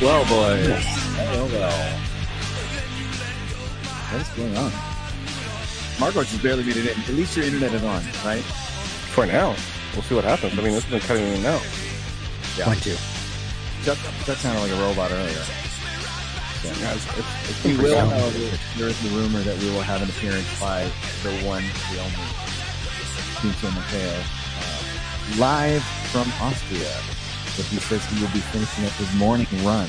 well, boys. Oh well. What is going on? Margo's is barely muted in. At least your internet is on, right? For now, we'll see what happens. I mean, this has been cutting in now. Yeah. One, two. That, that sounded like a robot earlier. Yeah, it's, it's, it's We pretty will, bad. however, there is the rumor that we will have an appearance by the one, the only, Pinto Mateo, uh, live from Austria. But he says he will be finishing up his morning run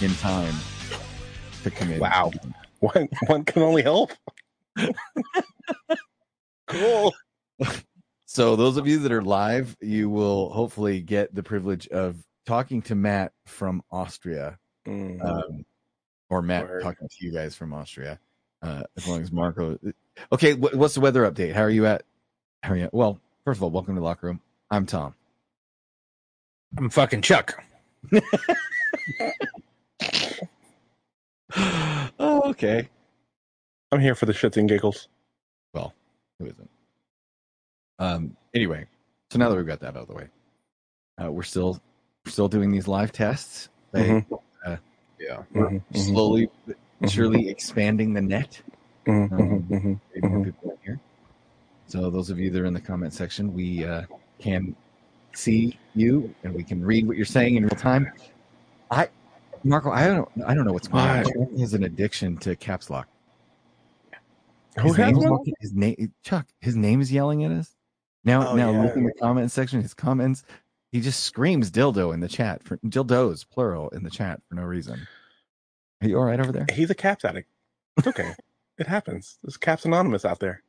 in time to come in. Wow. One, one can only help. cool. So those of you that are live, you will hopefully get the privilege of talking to Matt from Austria, Mm. Mm-hmm. um, or Matt Word. talking to you guys from Austria. Uh, as long as Marco. Okay, wh- what's the weather update? How are you at? How are you? At? Well, first of all, welcome to the locker room. I'm Tom. I'm fucking Chuck. oh, okay. I'm here for the shits and giggles. Who isn't? Um. Anyway, so now that we've got that out of the way, uh, we're still we're still doing these live tests. They Uh, yeah. Mm-hmm. slowly, but surely expanding the net. Mm-hmm. um, Mm-hmm. Maybe more Mhm. people in here. So those of you that are in the comment section, we uh, can see you and we can read what you're saying in real time. I, Marco, I don't, I don't know what's going on. Why? Chuck has an addiction to caps lock. Who His has name's one? walking- His name, Chuck. His name is yelling at us. Now, Oh, now yeah. look in the comment section. His comments. He just screams dildo in the chat for dildos plural in the chat for no reason. Are you all right over there? He's a caps addict. It's okay. it happens. There's caps anonymous out there.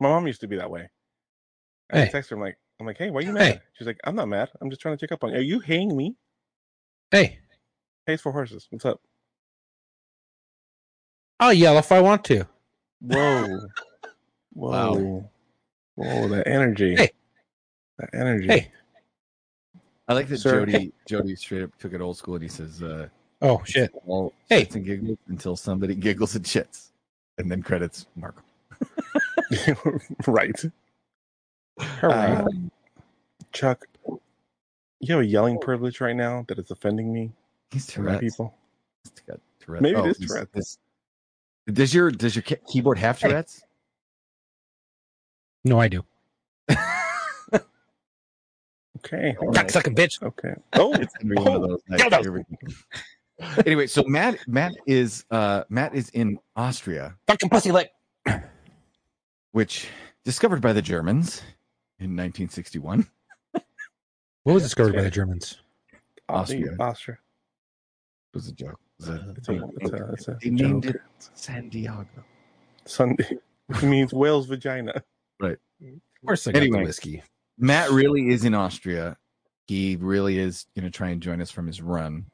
My mom used to be that way. I Hey. text her. I'm like, I'm like, hey, why are you mad? Hey. She's like, I'm not mad. I'm just trying to check up on you. Are you hating me? Hey, Pays for horses. What's up? I'll yell if I want to. Whoa. Whoa. Whoa, that energy. Hey. That energy. Hey. I like that Sir. Jody. Jody straight up took it old school, and he says, uh, Oh shit. Well, Hey. shits and giggles until somebody giggles and shits, and then credits Marco. right. All right. Uh, Chuck, you have a yelling privilege right now that is offending me He's and my Tourette's. people. He's got Tourette's. Maybe it is he's- Tourette's. this- Does your does your ca- keyboard have Hey. Tourette's? no, I do. Okay. All Cock right. sucking bitch. Okay. Oh, It's gonna be one of those nights. dildo. Here we go. anyway, so Matt Matt is uh, Matt is in Austria, Fucking pussy lick. which discovered by the Germans in 1961. What was discovered by the Germans? Austria. Austria. Austria. It was a joke. It was a- It's a, Uh, it's a, it's a they named joke. it San Diego. Sunday, which means whale's vagina. Of course, I got the whiskey. Matt really is in Austria. He really is going to try and join us from his run.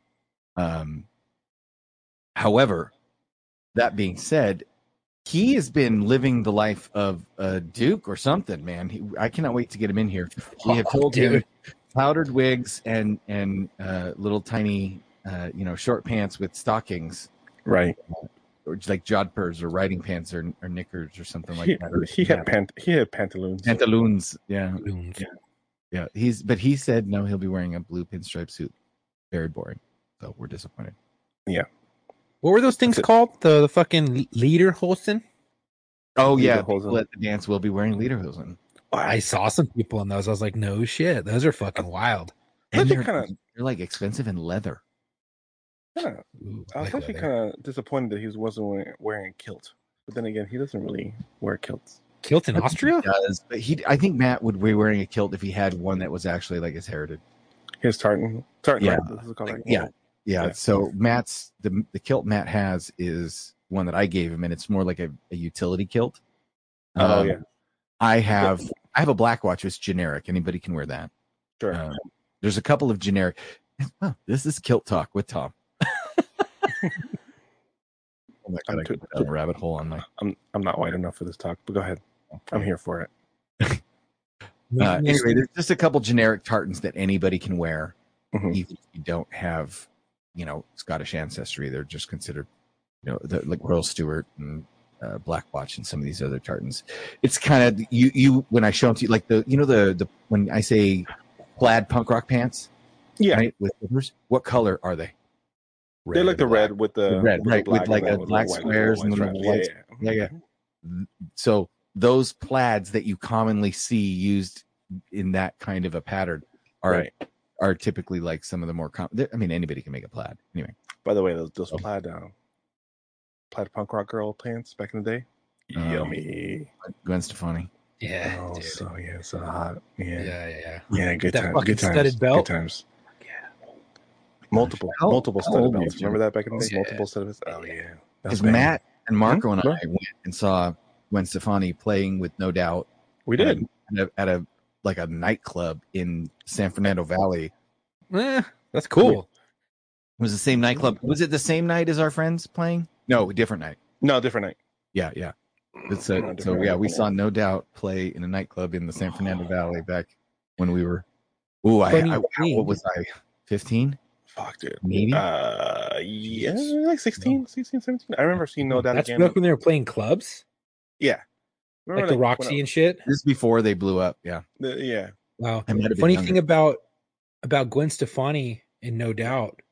Um, however, that being said, he has been living the life of a duke or something, man. He, I cannot wait to get him in here. We have Oh, told him powdered wigs and and uh, little tiny, uh, you know, short pants with stockings Right. or just like jodhpurs or riding pants or, or knickers or something like He, that. Or, he had pant- he had pantaloons. pantaloons. Yeah. Balloons. Yeah, he's but he said no, he'll be wearing a blue pinstripe suit. Very boring. So we're disappointed. What were those things That's it. called? The, the fucking leader Holston? Oh yeah, yeah, people people at the dance will be wearing lederhosen. I saw some people in those. I was like, no shit. Those are fucking wild. I And think they're, kinda- they're like expensive in leather. Kinda- Ooh, I was like actually eh? leather. kind of disappointed that he wasn't wearing, wearing a kilt. But then again, he doesn't really wear kilts. Kilt in Austria? He does, but he I think Matt would be wearing a kilt if he had one that was actually like his heritage. His tartan. Tartan. Yeah. This is called like, Yeah. Yeah, Yeah. so Matt's the the kilt Matt has is one that I gave him and it's more like a, a utility kilt. Oh, Um, yeah. I have I have a black watch, it's generic. Anybody can wear that. Sure. Um, there's a couple of generic. Well, this is kilt talk with Tom. oh my I'm god, I too- could go down a rabbit hole on my. I'm I'm not wide enough for this talk, but go ahead. I'm here for it. Uh, anyway, there's just a couple generic tartans that anybody can wear, Mhm. even if you don't have, you know, Scottish ancestry. They're just considered, you know, the, like Royal Stewart and uh, Black Watch and some of these other tartans. It's kind of you. You when I show them to you, like the you know the the when I say plaid punk rock pants. Yeah. right? With zippers. What color are they? they like the black. red with the, The red, right, with like and a the black white- squares and white the stripes. little Yeah, yeah, So those plaids that you commonly see used in that kind of a pattern are Right. are typically like some of the more common. I mean, anybody can make a plaid. Anyway, By the way, those those Oh. plaid um, plaid punk rock girl pants back in the day. Um, Yummy. Gwen Stefani. Yeah, Oh, dude. so yeah, so hot. Yeah. Yeah, yeah, yeah, yeah. good That times. fucking Good times. studded belt. Good times. Multiple, How- multiple how studded old were belts. you? Remember that back in the day? Yeah. Multiple studded belts. Oh yeah. Because That's bad. Matt and Marco and Hmm? I Go. went and saw Gwen Stefani playing with No Doubt. we at a- did. at a, at a like a nightclub in San Fernando Valley. It Eh, that's cool. was the same nightclub. Was it the same night as our friends playing? No, different night. No, different night. Yeah, yeah. It's No, a, so different yeah, night. we saw No Doubt play in a nightclub in the San Fernando Valley back when we were. Ooh, I, Funny I thing. what was I? Fifteen, Fuck, dude. Hmm? maybe. Uh, yeah, like 16, 16, 17. I remember seeing No Doubt Hmm. That's again. back when they were playing clubs, Yeah. like Remember the Roxy and shit. This is before they blew up. Yeah, when I- the- yeah. Wow. I might have been Funny younger. thing about about Gwen Stefani and No Doubt.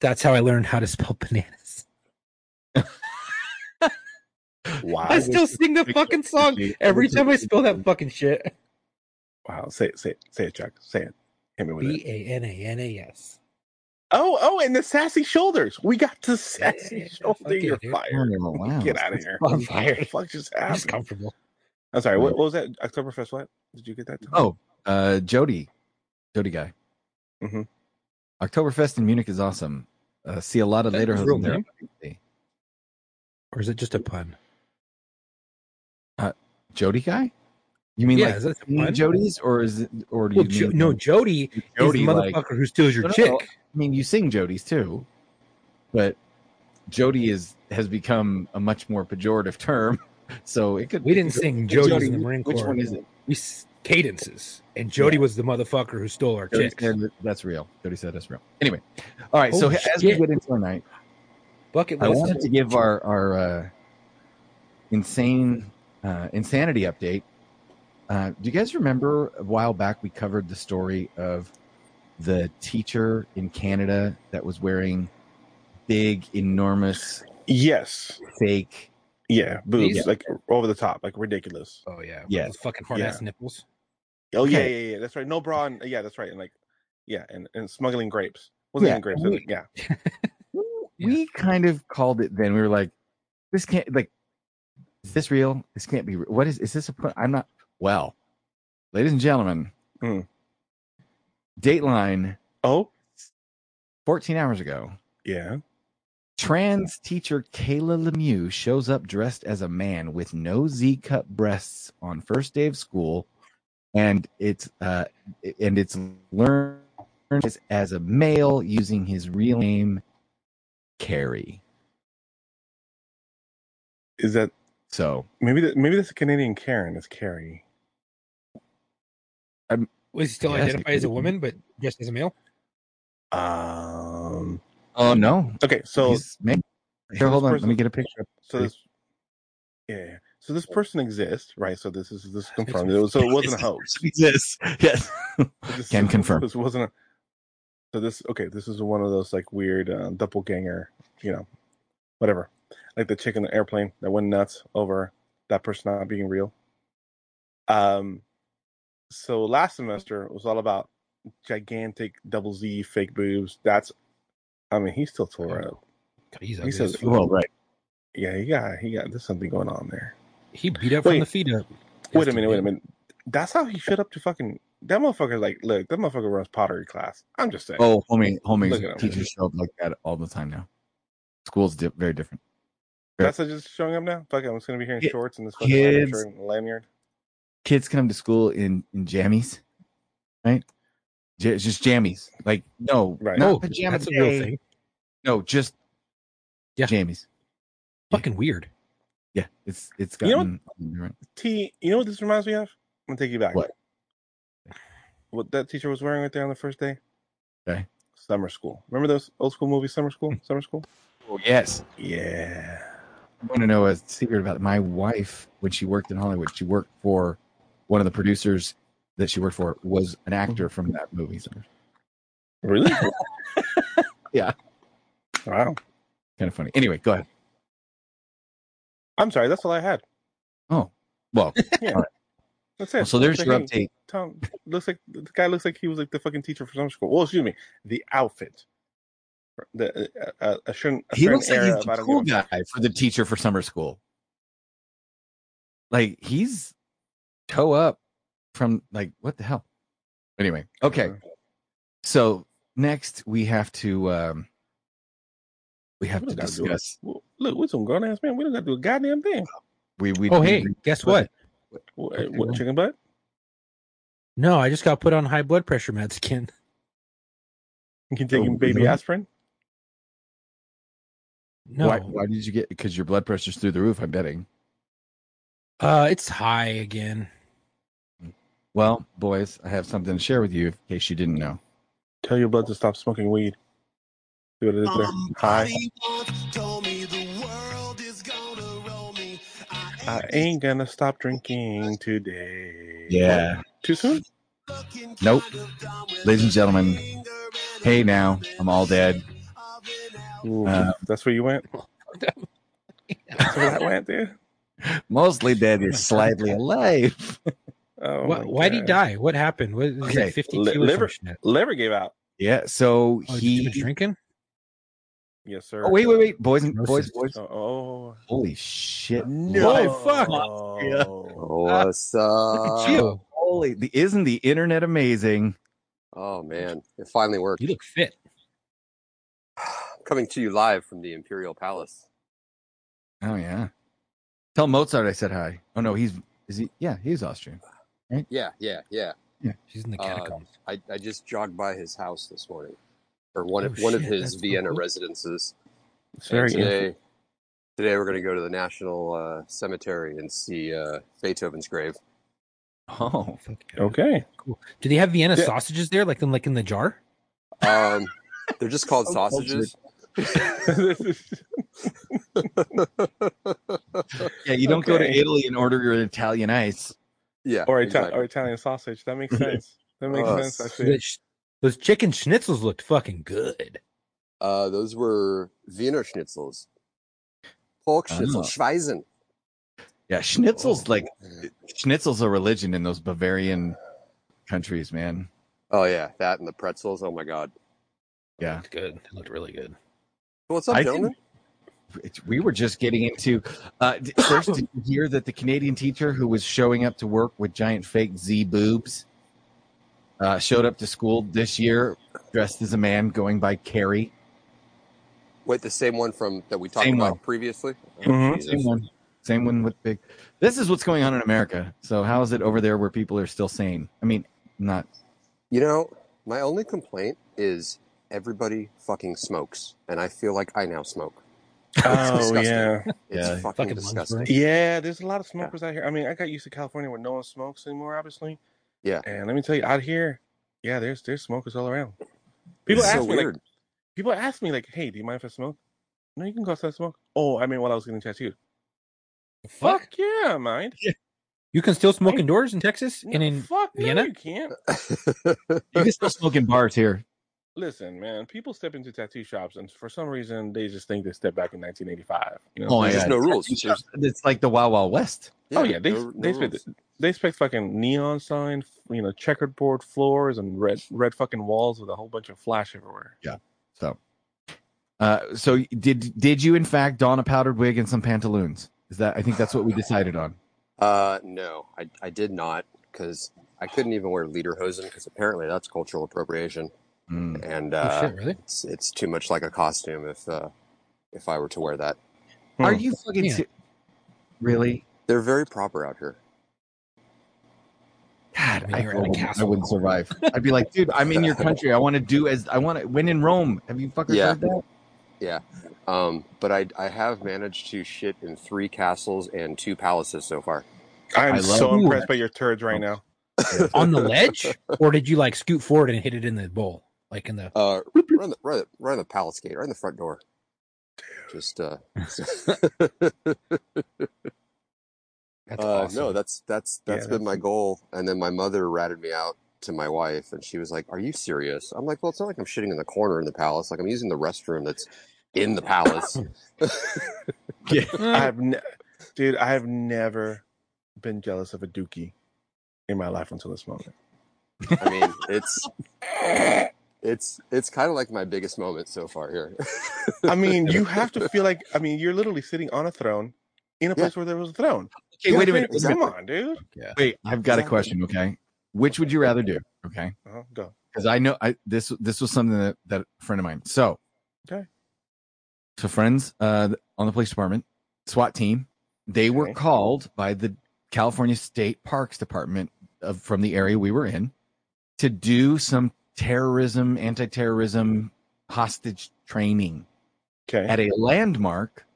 That's how I learned how to spell bananas. Wow. I still sing the fucking song every time I spell that fucking shit. Wow. Say it, say it, say it, Chuck. Say it. Hit me with B it. A N A N A S. Oh, oh, and the sassy shoulders. We got to sassy Yeah, yeah, yeah. shoulder. Fuck yeah, You're dude. Oh, fired. wow. Get out of here. I'm What the fired. fuck just I'm just happened? comfortable. I'm sorry. What, what was that? Oktoberfest? What? Did you get that? Tom? Oh, uh, Jody, Jody guy. Mm-hmm. Mhm. Oktoberfest in Munich is awesome. Uh, see a lot of That later was real there. Or is it just a pun? Jody guy. You mean yeah, like is that a the pun? Jody's, or is it, or do Well, you jo- mean- no, Jody, Jody, is the like- motherfucker who steals your No, no, chick. no. I mean, you sing Jody's too, but Jody is has become a much more pejorative term. So it could We didn't sing Jody's Jody, in the Marine Corps. Which one is it? We s- cadences, and Jody was the motherfucker who stole our Jody chicks. said that's real. Jody said that's real. Anyway, all right. so Holy as we shit. get into our night, Bucket I list. wanted to give our our uh, insane uh, insanity update. Uh, do you guys remember a while back we covered the story of the teacher in Canada that was wearing big, enormous, Yes. fake Yeah. Boobs. These- Like over the top. Like ridiculous. Oh yeah, Yes. Those fucking hard ass nipples. Oh yeah, Okay. yeah, yeah. That's right. No bra. And, yeah, that's right. And like, yeah, and, and smuggling grapes. Wasn't Yeah. even grapes. was it? Yeah. we kind of called it then. We were like, this can't like is this real? This can't be re- what is is this a put I'm not well. Ladies and gentlemen, Hmm. Dateline Oh. 14 hours ago, Yeah. trans teacher Kayla Lemieux shows up dressed as a man with no Z cup breasts on first day of school and it's uh and it's learned as- as a male using his real name Carrie. Is that So maybe? That, maybe that's a Canadian Karen. It's Carrie. Was he still Yes, identified it as a could be. woman, but dressed as a male? Um. Oh no! Okay. So He's made- Here, hold this on. Let person- me get a picture. So this. Yeah. yeah. So this person exists, right? So this is this is confirmed. It was, so it wasn't a hoax. Yes, yes. This- Can confirm. This wasn't. A, so this okay. This is one of those like weird uh, doppelganger. You know, whatever. Like the chick in the airplane that went nuts over that person not being real. Um. So last semester was all about gigantic double Z fake boobs. That's, I mean, he still tore up. God, he's He ugly says- as fuck. Well, right. Yeah, he got he got there's something going on there. he beat up wait. from the feet up. Wait a minute, wait a minute. That's how he showed up to fucking that motherfucker. Like, look, that motherfucker runs pottery class. I'm just saying. Oh, homie, Look at him. homie. Teachers show up like that all the time now. School's di- very different. that's it, just showing up now. Fuck, it, I'm just gonna be here in Ki- shorts and this fucking kids. shirt and lanyard. Kids come to school in in jammies, right? J- just jammies. Like no, Right. not No, Oh, pajama Oh, that's a real day. thing. No, just Yeah. jammies. Fucking weird. Yeah, it's it's You know what- gotten different. T, you know what this reminds me of? I'm gonna take you back. What? What that teacher was wearing right there on the first day? Okay. Summer school. Remember those old school movies, Summer School? Summer School? Oh, yes. Yeah. I want to know a secret about my wife when she worked in Hollywood. She worked for one of the producers that she worked for was an actor from that movie. Really? Yeah. Wow. Kind of funny. Anyway, go ahead. I'm sorry. That's all I had. Well, That's it. so there's Like, your hey, update. Tom looks like the guy looks like he was like the fucking teacher for summer school. Well, excuse me, the outfit. The uh, uh, a certain, a He certain looks like era he's of, the I don't cool give a- guy for the teacher for summer school. Like he's toe up from like what the hell? Anyway, okay. So next we have to um we have We to don't gotta do it. discuss Well, Look, we're some grown ass man. We don't got to do a goddamn thing. we we oh, we- hey, guess what? What, Okay, what well. chicken butt? No, I just got put on high blood pressure meds again. You taking Oh, baby really? aspirin? No, why, why did you get because your blood pressure's through the roof, I'm betting. uh, it's high again. Well, boys, I have something to share with you in case you didn't know. Tell your blood to stop smoking weed. See what it is there. Um, Hi. Somebody once told me the world is gonna roll me. I I ain't gonna stop drinking today. Too soon? looking Nope. kind of dumb with Ladies and a gentlemen, finger and a Hey now, I'm all dead. of an hour. Ooh, Uh, that's where you went. That's where that went, dude. Mostly dead is slightly alive. Oh, Why my Why'd he God. die? What happened? What is Okay, it? Fifty li- two liver- or some shit? Liver gave out. Yeah, so Oh, he he been drinking. Yes, sir. Oh wait, wait, wait, boys and boys, Cirrhosis. boys. Oh, oh. Holy shit. No. fuck. Oh. What's Uh, up? Chill. Holy the, isn't the internet amazing? Oh man, it finally worked. You look fit. Coming to you live from the Imperial Palace. Oh yeah. Tell Mozart I said hi. Oh no, he's is he yeah, he's Austrian. Yeah, yeah, yeah. She's in the Uh, catacombs. I, I just jogged by his house this morning, or one of Oh, one of shit, his that's so Vienna cool. residences. It's And very today, today we're going to go to the National uh, Cemetery and see uh, Beethoven's grave. Oh. Fuck yeah. Okay. Do they have Vienna Yeah. sausages there, like in like in the jar? Um, they're just called So sausages. Yeah, you don't go to Okay. Italy and order your Italian ice. Yeah, or, Ita- exactly. or Italian sausage. That makes sense. That makes Uh, sense, actually. Those, those chicken schnitzels looked fucking good. Uh, those were Wiener schnitzels, pork schnitzel, Ah. Schweizen. Yeah, schnitzel's Oh. like schnitzel's a religion in those Bavarian countries, man. Oh yeah, that and the pretzels. Oh my god. Yeah. Looked good. It looked really good. What's up, I gentlemen? It's- we were just getting into uh d- first did you hear that the Canadian teacher who was showing up to work with giant fake Z boobs uh showed up to school this year dressed as a man going by Carrie. Wait, the same one from that we talked Same about one. previously. Oh, Mhm. Jesus. Same one. Same one with big. This is what's going on in America. So how is it over there where people are still sane? I mean, not. You know, my only complaint is everybody fucking smokes, and I feel like I now smoke. Oh, disgusting. yeah. It's Yeah. fucking, Fucking lungs burn. disgusting. Yeah, there's a lot of smokers out here. I mean, I got used to California where no one smokes anymore, obviously. Yeah. And let me tell you, out here, yeah, there's there's smokers all around. People it's ask so me, like, weird. people ask me, like, hey, do you mind if I smoke? No, you can go outside and smoke. Oh, I mean, while I was getting tattooed. Fuck yeah, I don't mind. You can still smoke indoors in Texas and in fuck Vienna? no, you can't. You can still smoke in bars here. Listen, man, people step into tattoo shops, and for some reason, they just think they stepped back in 1985. You know? Oh, There's yeah. no rules. There's- It's like the Wild Wild West. Oh, yeah, they- they spit rules. they expect fucking neon sign, you know, checkered board floors and red red fucking walls with a whole bunch of flash everywhere. So, uh, so did did you in fact don a powdered wig and some pantaloons? Is that I think that's what we decided on. Uh, no, I, I did not because I couldn't even wear lederhosen because apparently that's cultural appropriation, Mm. and oh, uh, shit, really? it's it's too much like a costume if uh, if I were to wear that. Are you fucking Yeah. se- really? They're very proper out here. God, When I, you're at a wouldn't- I castle. wouldn't survive. I'd be like, dude, I'm in your country. I want to do as I want to. When in Rome, have you fuckers Yeah. heard that? Um, but I, I have managed to shit in three castles and two palaces so far. I'm I love- so Ooh. impressed by your turds right now. on the ledge, or did you like scoot forward and hit it in the bowl, like in the? Uh, right on the right, right on the palace gate, right on the front door. Just uh, That's uh awesome. Uh, no, that's that's that's Yeah, been my goal. And then my mother ratted me out to my wife, and she was like, "Are you serious?" I'm like, "Well, it's not like I'm shitting in the corner in the palace. Like I'm using the restroom that's in the palace." I have, ne- dude, I have never been jealous of a dookie in my life until this moment. I mean, it's it's it's kind of like my biggest moment so far here. I mean, you have to feel like, I mean, you're literally sitting on a throne in a place where there was a throne. Okay, You wait a know minute. what Wait, I'm a saying? minute. Come on, dude. Yeah. wait, I've got a Exactly. question. Okay, which would you rather do? Okay, Uh-huh, go. because I know I this this was something that that a friend of mine. So Okay. so friends uh on the police department SWAT team, they were Okay. called by the California State Parks Department of from the area we were in to do some terrorism, anti-terrorism hostage training Okay. at a landmark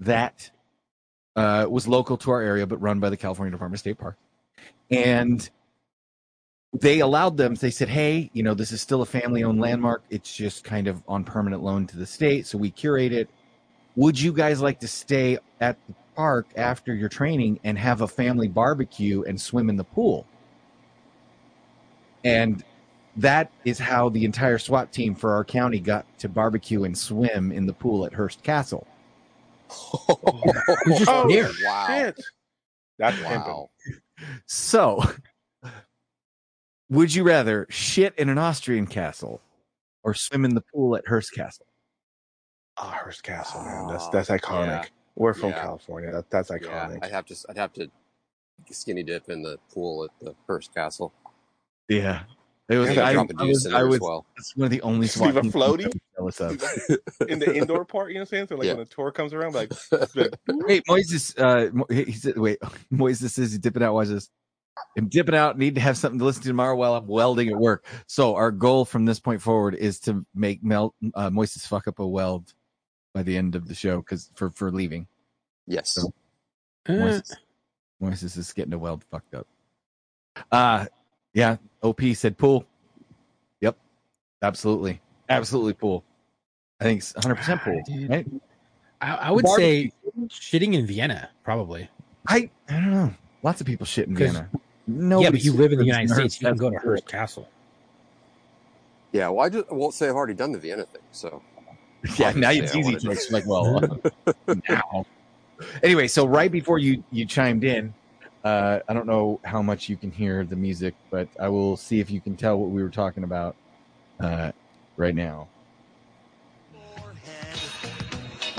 that uh, was local to our area but run by the California Department of State Park. And they allowed them, they said, hey, you know, this is still a family owned landmark. It's just kind of on permanent loan to the state. So we curate it. Would you guys like to stay at the park after your training and have a family barbecue and swim in the pool? And that is how the entire SWAT team for our county got to barbecue and swim in the pool at Hearst Castle. We're just Oh, near. wow. Shit. That's Wow. So, would you rather shit in an Austrian castle or swim in the pool at Hearst Castle? Oh, Hearst Castle, man. Ah, That's that's iconic. yeah. We're from Yeah. California. That, that's Yeah, iconic. I'd have to I'd have to skinny dip in the pool at the first castle. Yeah. It was, And I, I'd I drop a was, deuce in I there was as well. it's one of the only Just leave SWAT a teams floaty? I was jealous of. In the indoor part, you know what I'm saying? So like Yeah. when the tour comes around, like Wait, Moises, uh, Mo- he said, wait, Moises says he's dipping out. Watch this. I'm dipping out. Need to have something to listen to tomorrow while I'm welding at work. So our goal from this point forward is to make Mel uh, Moises fuck up a weld by the end of the show because for for leaving. Yes. So- Uh, Moises, Moises is getting a weld fucked up. Uh yeah. OP said pool. Yep. Absolutely. Absolutely pool. I think it's 100% pool. Dude. Right? I, I would Barbecue. say shitting in Vienna, probably. I I don't know. Lots of people shit in 'Cause- Vienna. Nobody yeah, but you live in the shits United States. Hearst. You can That's go to cool. Hearst Castle. Yeah, well I just I won't say I've already done the Vienna thing, so Yeah, now it's Obviously, I easy wanna to do- explain. Well, uh, now. Anyway, so right before you you chimed in, uh, I don't know how much you can hear the music, but I will see if you can tell what we were talking about uh, right now.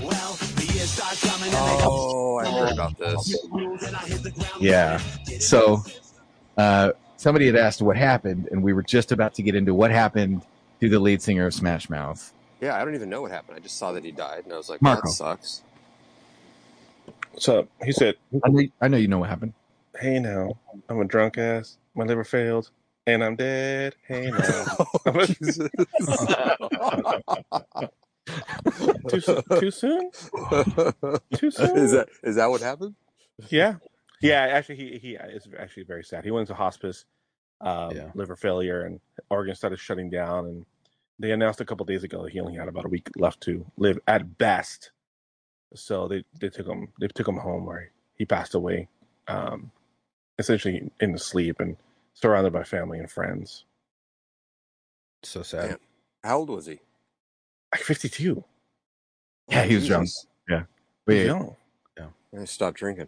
Well, the years start coming and they Oh, I heard about this. Yeah. So uh, somebody had asked what happened, and we were just about to get into what happened to the lead singer of Smash Mouth. Yeah, I don't even know what happened. I just saw that he died and I was like, Marco. that sucks. so he said, I know, I know you know what happened. Hey now, I'm a drunk ass, my liver failed, and I'm dead. Hey now. Jesus. too, so- too soon? Too soon? is that is that what happened? Yeah. Yeah, actually he he uh, is actually very sad. He went into hospice, um, Yeah. liver failure and organs started shutting down and they announced a couple days ago that he only had about a week left to live at best. So they, they took him they took him home where he passed away. Um, essentially in his sleep and surrounded by family and friends. So sad. Yeah. How old was he? Like fifty two. Yeah, he was drunk. Jesus. Wait, No. I stopped drinking.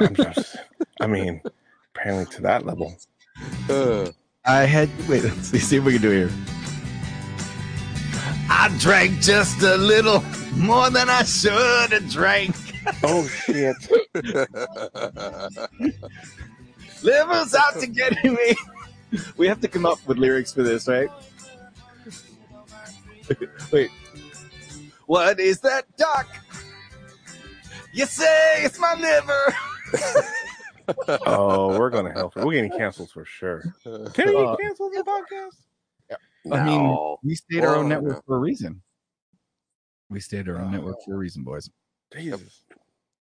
I'm just, I mean, apparently to that level. Uh, I had wait. Let's see, see what we can do here. I drank just a little more than I should have drank. Oh shit. Liver's out to get me. We have to come up with lyrics for this, right? Wait. What is that, Doc? You say it's my liver. Oh, we're gonna help. We're getting canceled for sure. Can Uh, you cancel the podcast? no. I mean, We stayed our own Oh, network no. for a reason. We stayed our own network for a reason, boys. Jesus.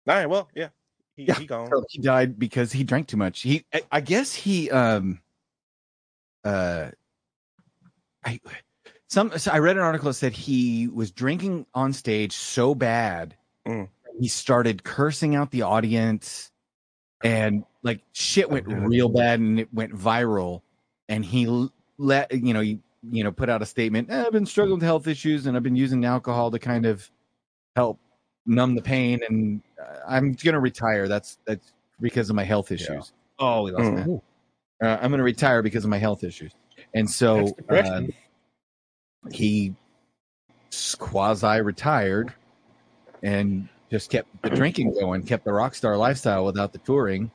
All right. Well, yeah. He, Yeah. he gone. So he died because he drank too much. He, I, I guess he, um, uh, I, some, so I read an article that said he was drinking on stage so bad Mm. he started cursing out the audience, and like shit went Yeah. real bad and it went viral and he l- let you know he you know put out a statement "Eh, i've been struggling with health issues and i've been using alcohol to kind of help numb the pain and uh, i'm gonna retire that's that's because of my health issues oh we lost Hmm. Matt. Uh, i'm gonna retire because of my health issues and so um, That's depression. he quasi retired and just kept the drinking going, kept the rock star lifestyle without the touring.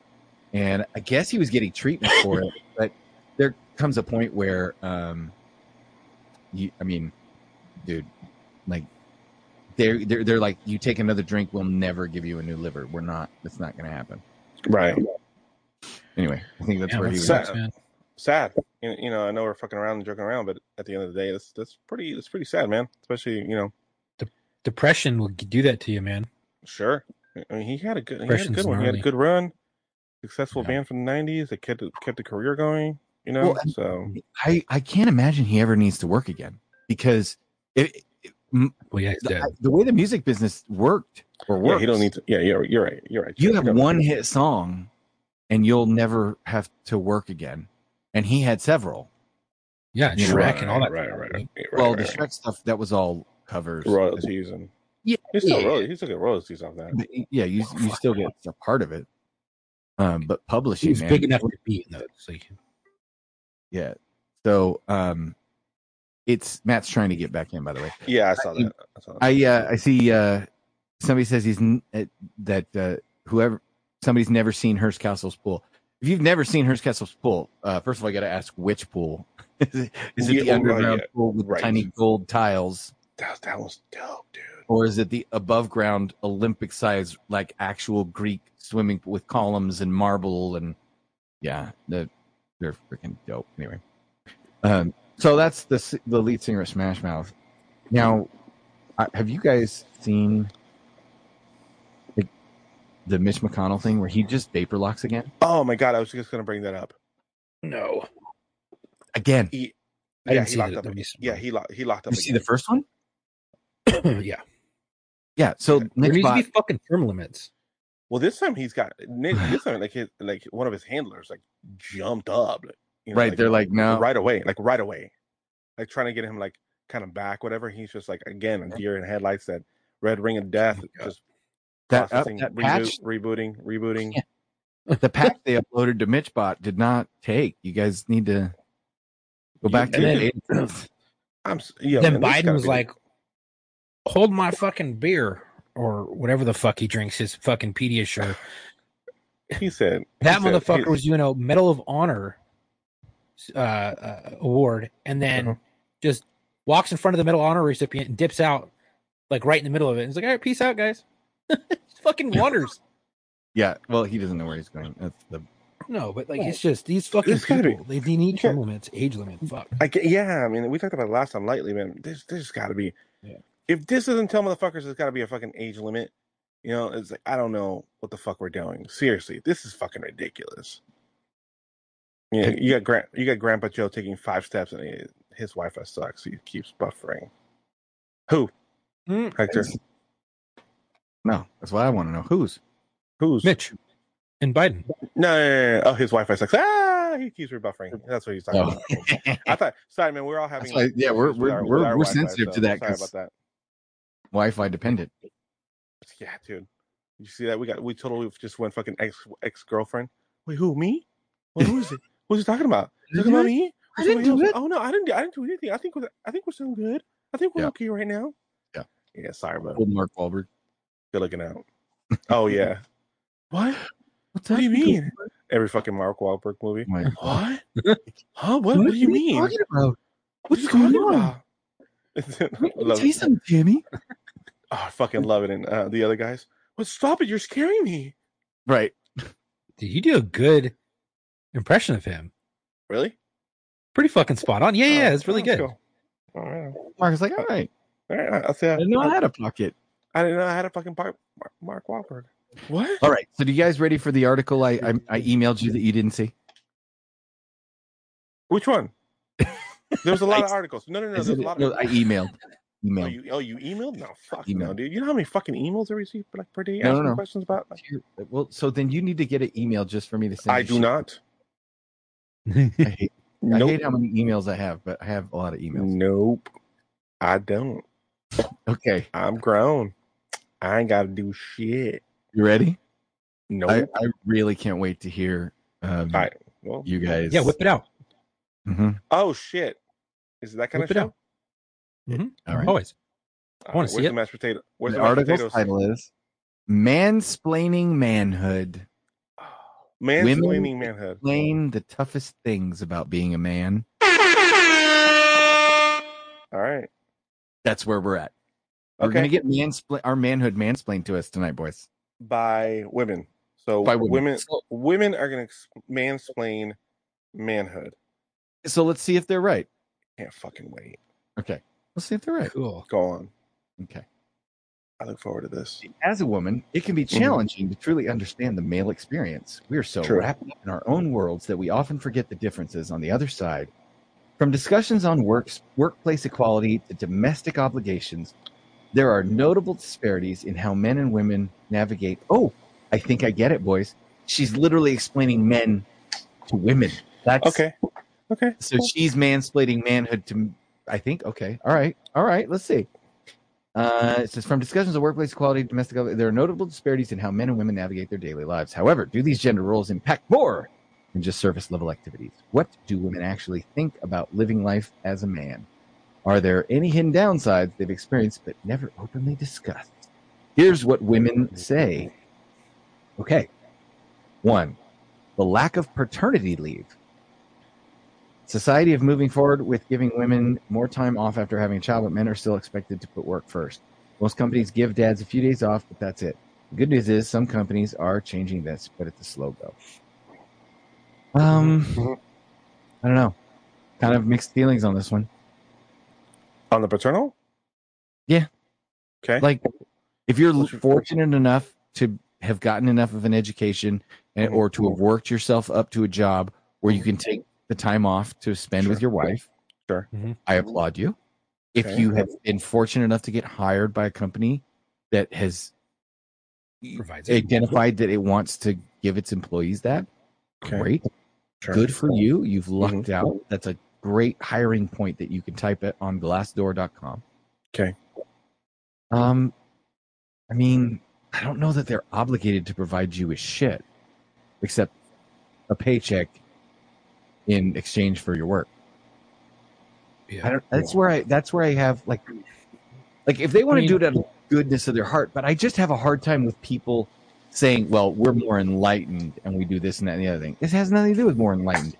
And I guess he was getting treatment for it, but there comes a point where, um, you, I mean, dude, like they're, they're, they're like, you take another drink, we'll never give you a new liver. We're not, it's not going to happen. Right. Anyway, I think that's Damn, where that he was. sad. sucks, man. sad. You, you know, I know we're fucking around and joking around, but at the end of the day, that's that's pretty that's pretty sad, man. Especially you know, Depression will do that to you, man. sure. I mean, he had a good he had a Depression's good one. He had a gnarly. good run, successful Yeah. band from the '90s. They kept it- kept the career going. You know, Well, and- so I, I can't imagine he ever needs to work again because it, Well, yeah, he's the, dead. the way the music business worked or Mm. yeah, works, he don't need to. Yeah, you're you're right. You're right. you Jeff. have don't- one hit song and you'll never have to work again. And he had several. Yeah, you Shrek know, right, and all that. Right, right, right. right well, right, the right. Shrek stuff that was all covers. royalties and Yeah, he's still yeah. royalties. He's still got royalties off that. But, Yeah, you you still get a part of it. Um, but He publishing, was man, big enough to beat, though. So you can, yeah. So, um, it's Matt's trying to get back in. By the way, Yeah, I saw that. I saw that. I uh, I see uh, somebody says he's n- uh, that uh, whoever somebody's never seen Hearst Castle's pool. If you've never seen Hearst Castle's pool, uh, first of all, I got to ask which pool is it? Is it Yeah, the well, right, underground yeah, pool with right. tiny gold tiles, that, that was dope, dude. or is it the above ground Olympic size, like actual Greek swimming pool with columns and marble and yeah, the, they're freaking dope. Anyway, um, so that's the s- the lead singer of Smash Mouth. Now, I, have you guys seen the, the Mitch McConnell thing where he just vapor locks again? Oh my god, I was just gonna bring that up. no, Again, He, yeah, I didn't he see locked the- up. the ag- recent Yeah, one. he locked. He locked up. you see again. the first one? yeah, Yeah. So there Nick needs to bought be fucking term limits. Well, this time he's got Nick, this time like his, like one of his handlers like jumped up, like, you know, right. they're like, "Oh." no, right away, like right away, like trying to get him like kind of back, whatever. He's just like again, a deer in headlights, that red ring of death, just Oh that, uh, processing, that patch, reboot, rebooting, rebooting. Yeah. the patch they uploaded to MitchBot did not take. You guys need to go back to And it. I'm s- yeah. then man, this Biden gotta was be- like, "Hold my fucking beer." Or whatever the fuck he drinks, his fucking Pediasure. he said he That said- motherfucker he- was doing a Medal of Honor uh, uh, award, and then Uh-huh. just walks in front of the Medal of Honor recipient and dips out, like right in the middle of it. And he's like, "All right, peace out, guys." fucking wanders. Yeah. Well, he doesn't know where he's going. That's the No, but like it's just these fucking It's gotta be- people. They, they need Yeah. term limits, age limit. Fuck. I get, yeah, I mean, we talked about it last time lightly, man. There's there's got to be, Yeah. if this doesn't tell motherfuckers, there's got to be a fucking age limit. You know, it's like I don't know what the fuck we're doing. Seriously, this is fucking ridiculous. Yeah, you, got grand, you got Grandpa Joe taking five steps, and he, his Wi-Fi sucks. He keeps buffering. Who, Hmm. Mm. Hector? no. That's what I want to know. Who's Who's no, Mitch and Biden. no, no, no. Oh, his Wi-Fi sucks. Ah, he keeps rebuffering. That's what he's talking Oh. about. I thought. Sorry, man. We're all having. That's why- yeah, we're- issues with we're- with we're- we're Wi-Fi, sensitive to that Sorry 'cause- about that. Wi-Fi dependent? Yeah, dude. You see that? We got we totally just went fucking ex ex girlfriend. Wait, who me? Well, who is it? What's he talking about? You talking about me? Or Mm-hmm. I didn't somebody do else? Oh no, I didn't. I didn't do anything. I think we're, I think we're still good. I think we're Yeah. okay right now. Yeah. Yeah. Sorry, but Old Mark Wahlberg. good looking out. Oh yeah. what? What's What do you mean? Every fucking Mark Wahlberg movie. My What? huh? What? What do you mean? What about? are you talking about? Love- something, Jimmy. oh, I fucking love it. And uh, the other guys. What? Stop it! You're scaring me. Right. Dude, you do a good impression of him. Really? Pretty fucking spot on. Yeah, yeah, Oh, it's really oh, good. cool. All right. Mark's like, all right. All right, I'll say I, I didn't know I had a pocket. I didn't know I had a fucking Mark, Mark Wahlberg. What? All right. So, do you guys ready for the article I I, I emailed you that you didn't see? Which one? There's a lot I- of articles. No, no, no. I There's a said it- lot no, of. I emailed. Oh, email. you, oh, you emailed? No, fuck no, Email. dude. You know how many fucking emails I receive like per day No, no, asking no. questions about? Like, Well, so then you need to get an email just for me to send. I you do shit. not. I hate, I Nope. hate how many emails I have, but I have a lot of emails. Nope. I don't. Okay, I'm grown. I ain't got to do shit. you ready? Nope. I, I really can't wait to hear um, All right. Well, you guys. Yeah, whip it out. Mhm. oh shit. Is it that kind Whip of it show? out. Mhm. All right. Always. All I wanna right, see where's it. the mashed potato? Where's the the, mashed article's potatoes? title is "Mansplaining Manhood." Mansplaining manhood. Explain the toughest things about being a man. All right. That's where we're at. We're Okay. gonna get manspla- our manhood mansplained to us tonight, boys. By women. So By women. women. Women, So, are going to mansplain manhood. so let's see if they're right. Can't fucking wait. Okay, let's see if they're right. Cool. Go on. Okay. I look forward to this. As a woman, it can be challenging to truly understand the male experience. We are so Mm-hmm. True. wrapped up in our own worlds that we often forget the differences on the other side. From discussions on works, workplace equality to domestic obligations, there are notable disparities in how men and women navigate. Oh, I think I get it, boys. She's literally explaining men to women. That's Okay. Okay. So she's mansplaining manhood to, I think. Okay. All right. All right. Let's see. Uh, it says from discussions of workplace equality, domestic, there are notable disparities in how men and women navigate their daily lives. However, do these gender roles impact more than just surface level activities? What do women actually think about living life as a man? Are there any hidden downsides they've experienced but never openly discussed? Here's what women say. Okay. One, the lack of paternity leave. Society of moving forward with giving women more time off after having a child, but men are still expected to put work first. Most companies give dads a few days off, but that's it. The good news is some companies are changing this, but it's a slow go. Um, I don't know. Kind of mixed feelings on this one. On the paternal? Yeah. Okay. Like, if you're What's your- fortunate enough to have gotten enough of an education Mm-hmm. and, or to have worked yourself up to a job where you can take the time off to spend with your Sure. wife, Sure. Mhm. I applaud you. If Okay. you have been fortunate enough to get hired by a company that has Provides it. identified that it wants to give its employees that, Okay. great. Sure. Mm-hmm. Good for you. You've lucked out. That's a great hiring point that you can type it on glassdoor.com. Okay. Um I mean, I don't know that they're obligated to provide you with shit except a paycheck in exchange for your work. Yeah. I don't that's where I that's where I have like like if they want I mean- to do it out of goodness of their heart, but I just have a hard time with people saying, Well, we're more enlightened and we do this and that and the other thing. This has nothing to do with more enlightened.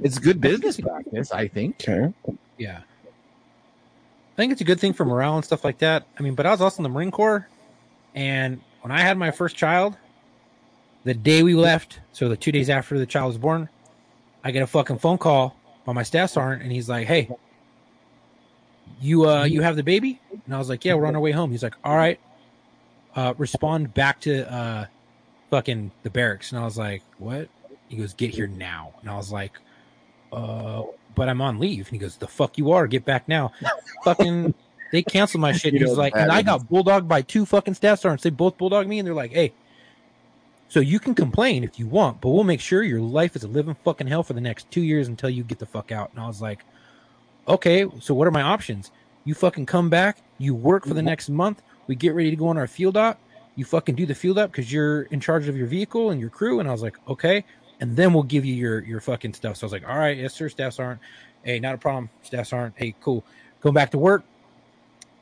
It's good business practice, I think. Okay. Yeah. I think it's a good thing for morale and stuff like that. I mean, but I was also in the Marine Corps, and when I had my first child, the day we left, so the two days after the child was born, I get a fucking phone call by my staff sergeant, and he's like, "Hey, you uh, you have the baby?" And I was like, "Yeah, we're on our way home." He's like, "All right, uh, respond back to uh, fucking the barracks." And I was like, "What?" He goes, "Get here now." And I was like, "Uh, but I'm on leave. And he goes, The fuck you are, get back now. fucking they canceled my shit. You know He's like, that and I is- got bulldogged by two fucking staff sergeants. They both bulldogged me and they're like, Hey, so you can complain if you want, but we'll make sure your life is a living fucking hell for the next two years until you get the fuck out. And I was like, Okay, so what are my options? You fucking come back, you work for Mm-hmm. the next month, we get ready to go on our field op, you fucking do the field op because you're in charge of your vehicle and your crew. And I was like, Okay and then we'll give you your your fucking stuff. So I was like, all right, yes, sir. Staffs aren't. Hey, not a problem. Staffs aren't. Hey, cool. Go back to work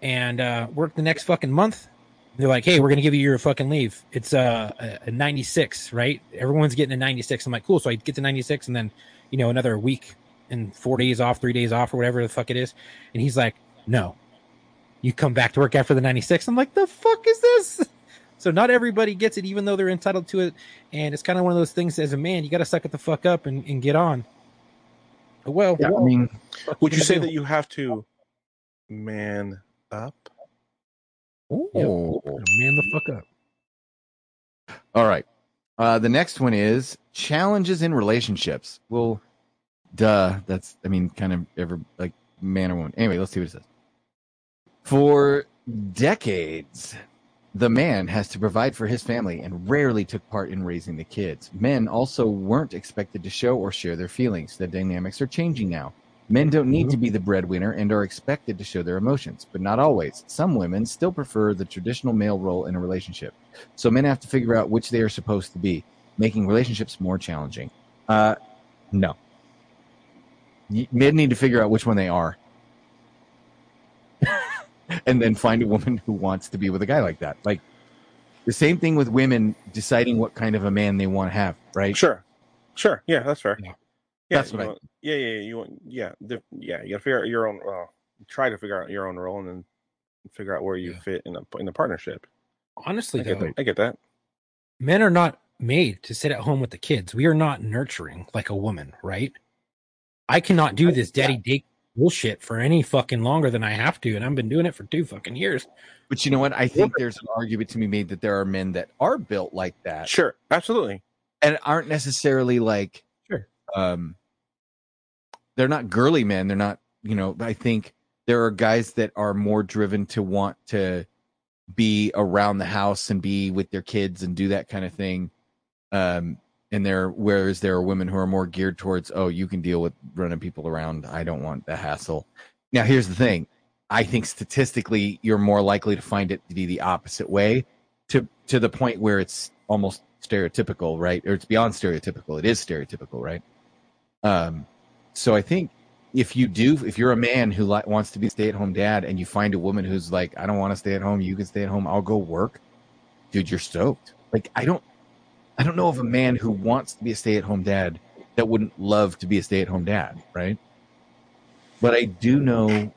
and uh, work the next fucking month. They're like, hey, we're gonna give you your fucking leave. It's uh, a, a 96, right? Everyone's getting a 96. I'm like, cool. So I get to 96, and then you know another week and four days off, three days off, or whatever the fuck it is. And he's like, no, you come back to work after the 96. I'm like, the fuck is this? So not everybody gets it, even though they're entitled to it and it's kind of one of those things as a man you got to suck it the fuck up and, and get on Oh, well I mean Would you gonna say do? that you have to man up? oh. man the fuck up All right. Uh, the next one is challenges in relationships. Well, duh. That's, I mean, kind of every like man or woman. Anyway, let's see what it says. For decades, the man has to provide for his family and rarely took part in raising the kids. Men also weren't expected to show or share their feelings. The dynamics are changing now. Men don't need to be the breadwinner and are expected to show their emotions, but not always. Some women still prefer the traditional male role in a relationship. So men have to figure out which they are supposed to be, making relationships more challenging. Uh, no. Y- Men need to figure out which one they are. and then find a woman who wants to be with a guy like that. Like the same thing with women deciding what kind of a man they want to have, right? Sure, sure. Yeah, that's fair. Yeah. Yeah, That's you what I- want- yeah, yeah. You want yeah, diff- yeah. You gotta figure out your own. Well, try to figure out your own role and then figure out where you Yeah. fit in a in a partnership. Honestly, I get, though, that. I get that. men are not made to sit at home with the kids. We are not nurturing like a woman, right? I cannot do this daddy date bullshit for any fucking longer than I have to, and I've been doing it for two fucking years. But you know what? I think there's an argument to be made that there are men that are built like that Sure, absolutely. and aren't necessarily like Sure. um they're not girly men. They're not, you know, I think there are guys that are more driven to want to be around the house and be with their kids and do that kind of thing. Um and there whereas there are women who are more geared towards, oh, you can deal with running people around. I don't want the hassle. Now here's the thing. I think statistically you're more likely to find it to be the opposite way to to the point where it's almost stereotypical, right? Or it's beyond stereotypical. It is stereotypical, right? Um so I think if you do if you're a man who li- wants to be a stay-at-home dad and you find a woman who's like I don't want to stay at home, you can stay at home, I'll go work. Dude, you're stoked. Like I don't I don't know of a man who wants to be a stay-at-home dad that wouldn't love to be a stay-at-home dad, right? But I do know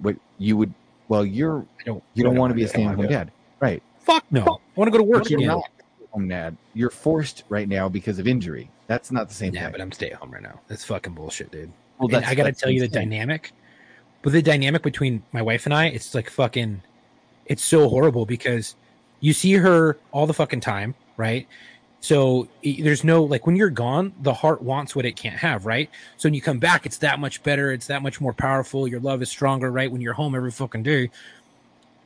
what you would well you're I don't. you don't I want to be a stay-at-home dad. Right. Fuck no. I want to go to work You're again. not home dad. You're forced right now because of injury. That's not the same Yeah, thing. but I'm stay at home right now. That's fucking bullshit, dude. Well, And that's- I gotta that's tell you the insane. dynamic. But the dynamic between my wife and I, it's like fucking it's so horrible because you see her all the fucking time, right? So i- there's no like when you're gone, the heart wants what it can't have, right? So when you come back, it's that much better, it's that much more powerful, your love is stronger, right? When you're home every fucking day,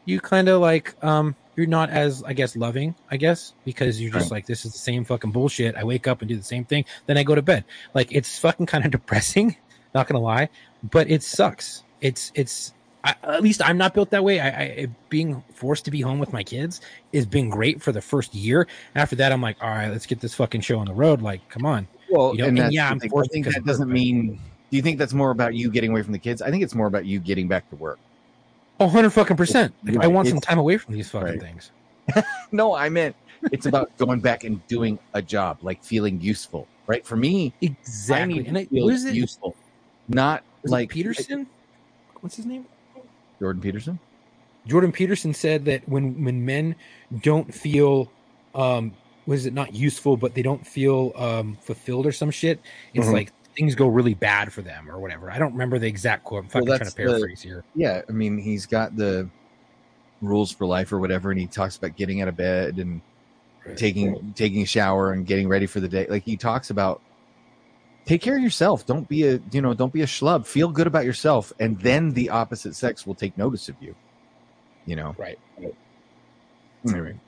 you kind of like um you're not as I guess loving, I guess, because you're just Right. like this is the same fucking bullshit. I wake up and do the same thing, then I go to bed. Like it's fucking kind of depressing, not gonna lie, but it sucks. It's it's I, at least I'm not built that way. I, I it- being forced to be home with my kids has been great for the first year. After that, I'm like, all right, let's get this fucking show on the road. Like, come on. Well, You know, and, and that's yeah, the I'm thing. I forced think because that of her, doesn't but- mean. Do you think that's more about you getting away from the kids? I think it's more about you getting back to work. A hundred fucking percent. Like, I Right. want some It's- time away from these fucking right. things. No, I meant it's about going back and doing a job, like feeling useful, right? For me, I Exactly. need And to I, feel what is it? Was useful, not it like Peterson? What's his name? Jordan Peterson. Jordan Peterson said that when when men don't feel um was it not useful, but they don't feel um fulfilled or some shit, it's Mm-hmm. Mhm. like things go really bad for them or whatever. I don't remember the exact quote. I'm Well, fucking trying that's to the- paraphrase here. yeah i mean he's got the rules for life or whatever and he talks about getting out of bed and taking taking a shower and getting ready for the day like he talks about take care of yourself don't be a you know don't be a schlub feel good about yourself and then the opposite sex will take notice of you you know Right. Anyway.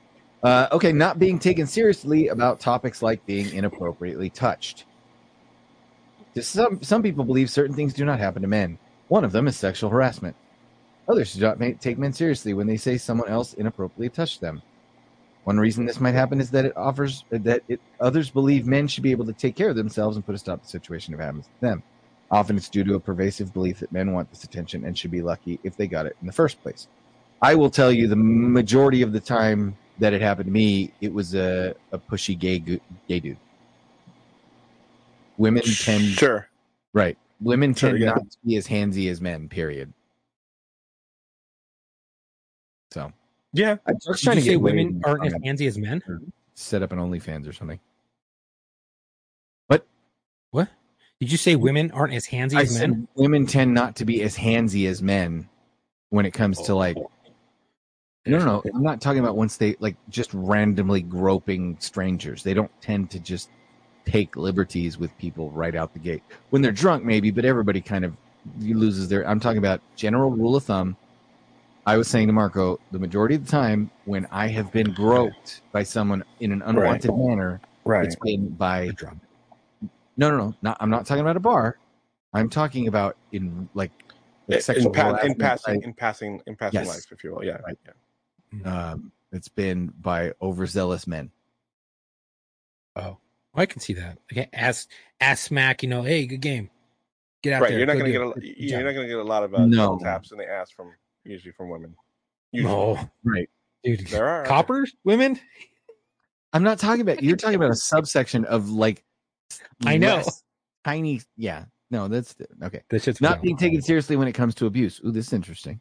Uh, okay, not being taken seriously about topics like being inappropriately touched. To Some some people believe certain things do not happen to men. One of them is sexual harassment. Others do not ma- take men seriously when they say someone else inappropriately touched them. One reason this might happen is that it offers that it, others believe men should be able to take care of themselves and put a stop to the situation if it happens to them. Often it's due to a pervasive belief that men want this attention and should be lucky if they got it in the first place. I will tell you the majority of the time that it happened to me, it was a, a pushy gay gu- gay dude. Women tend Sure. right. Women Sure, tend yeah. not to be as handsy as men. Period. So Yeah. I'm just Did you say away women from Mm-hmm. aren't as talking- handsy as men? set up an OnlyFans or something. Did you say women aren't as handsy I as men? said women tend not to be as handsy as men when it comes to like. No, no, no. I'm not talking about once they like just randomly groping strangers. They don't tend to just take liberties with people right out the gate. When they're drunk, maybe, but everybody kind of loses their. I'm talking about general rule of thumb. I was saying to Marco, the majority of the time when I have been groped by someone in an unwanted manner, Right. it's been by A drum. no, no, no. Not, I'm not talking about a bar. I'm talking about in like, like in, sexual pa- in harassment, passing, like, in passing, in passing Yes. life, if you will. Yeah. Right. yeah. Hmm. um, it's been by overzealous men. Oh, I can see that. Okay, ass ass smack. You know, hey, good game. Get out Right. there. You're not go going to do get a, it. Good you're job. not going to get a lot of uh, No. taps in the ass from usually from women. Usually. No, Right. dude. There are Coppers, women. I'm not talking about you're talking about a subsection of like I know. less tiny yeah. No, that's okay. That shit's Not wild. being taken seriously when it comes to abuse. Ooh, this is interesting.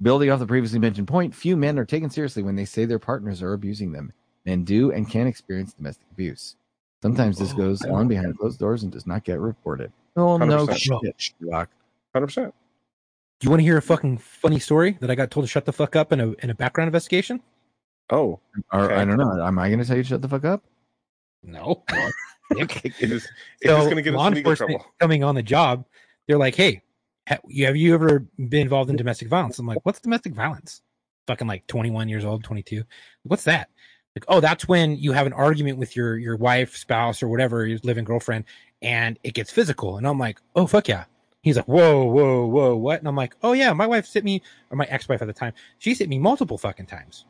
Building off the previously mentioned point, few men are taken seriously when they say their partners are abusing them. Men do and can experience domestic abuse. Sometimes this Oh, goes on behind closed doors and does not get reported. Oh no 100%. shit, Sherlock. Hundred percent. Do you want to hear a fucking funny story that I got told to shut the fuck up in a in a background investigation? Oh, Or Okay. I don't know. Am I gonna tell you to shut the fuck up? No. Okay. it is. It's so just going to get us law in legal enforcement trouble. coming on the job, they're like, "Hey, ha- you have you ever been involved in domestic violence?" I'm like, "What's domestic violence?" Fucking like 21 years old, 22. What's that? Like, oh, that's when you have an argument with your your wife, spouse, or whatever, your living girlfriend, and it gets physical. And I'm like, "Oh fuck yeah." He's like, whoa, whoa, whoa, what? And I'm like, oh yeah, my wife's hit me, or my ex-wife at the time, she's hit me multiple fucking times.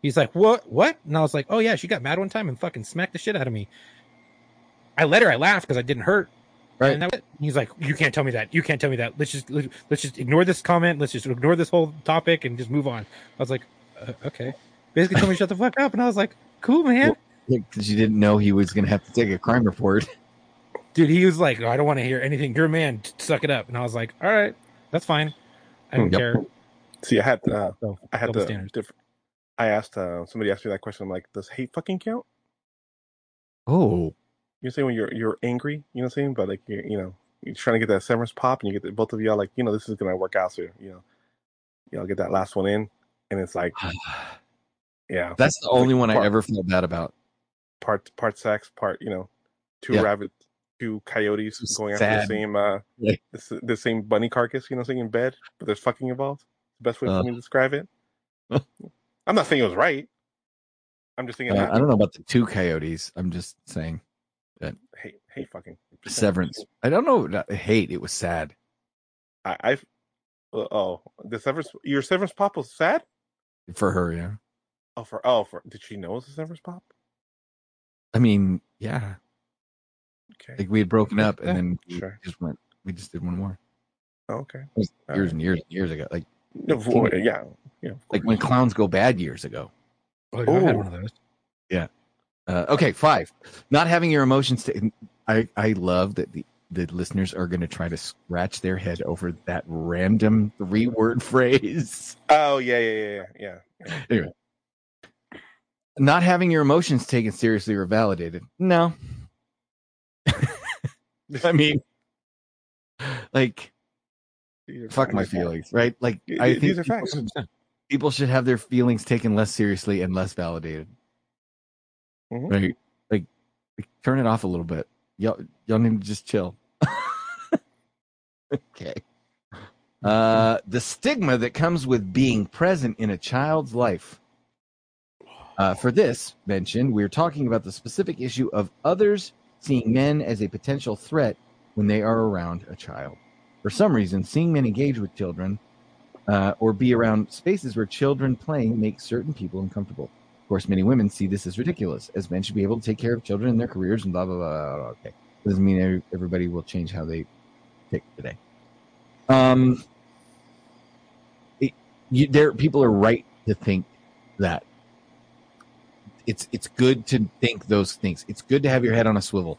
He's like, what, what? And I was like, oh yeah, she got mad one time and fucking smacked the shit out of me. I let her, I laughed because I didn't hurt. Right. And that was it. he's like, you can't tell me that. You can't tell me that. Let's just let- let's just ignore this comment. Let's just ignore this whole topic and just move on. I was like, uh, okay. Basically, told me to shut the fuck up, and I was like, cool, man. Because you didn't know he was gonna have to take a crime report. Dude, he was like, "Oh, I don't want to hear anything. You're a man. Suck it up. And I was like, all right, that's fine. I Hmm, don't Yep. care. See, I had uh, So, I had double to. standards. Diff- I asked uh, somebody asked me that question. I'm like, does hate fucking count? Oh, You know, say when you're you're angry, you know what I'm saying? But like you you know, you're trying to get that severance pop, and you get the, both of y'all like, you know, this is gonna work out. So you know, y'all get that last one in, and it's like, yeah, that's the only one I Part- ever felt bad about. part part sex, part you know, two Yeah. rabbit, two coyotes It's going sad. after the same uh, Yeah. the, the same bunny carcass. You know, what I'm saying in bed, but there's fucking involved. Best way for Uh. me to describe it. I'm not saying it was right. I'm just thinking Uh, I don't know about the two coyotes. I'm just saying hate hate fucking severance. I don't know. not hate. It was sad. I, I uh, oh the severance your severance pop was sad. for her. Yeah. Oh for oh for did she know it was a severance pop? I mean, yeah. Okay. Like we had broken up, Yeah, and then we sure. just went. We just did one more Oh, okay. It was All years right. and years and years ago. Like No, for- yeah. Yeah. of like course. when clowns go bad years ago. Oh, I had Ooh. one of those. Uh, okay, five. Not having your emotions. To, I I love that the the listeners are going to try to scratch their head over that random three word phrase. Oh yeah yeah yeah yeah yeah. Not having your emotions taken seriously or validated. No. I mean, like, These are- fuck my feelings, right? Like, Th- I these think are people facts. should, people should have their feelings taken less seriously and less validated. Mhm. Right? Like, like, turn it off a little bit. Y'all, y'all need to just chill. okay. Uh, the stigma that comes with being present in a child's life. Uh, for this mention, we're talking about the specific issue of others seeing men as a potential threat when they are around a child. For some reason, seeing men engage with children uh, or be around spaces where children playing makes certain people uncomfortable. Of course, many women see this as ridiculous, as men should be able to take care of children and their careers and blah, blah, blah. blah, blah. Okay. Doesn't mean every- everybody will change how they pick today. Um, it, you, there, people are right to think that it's it's good to think those things. It's good to have your head on a swivel.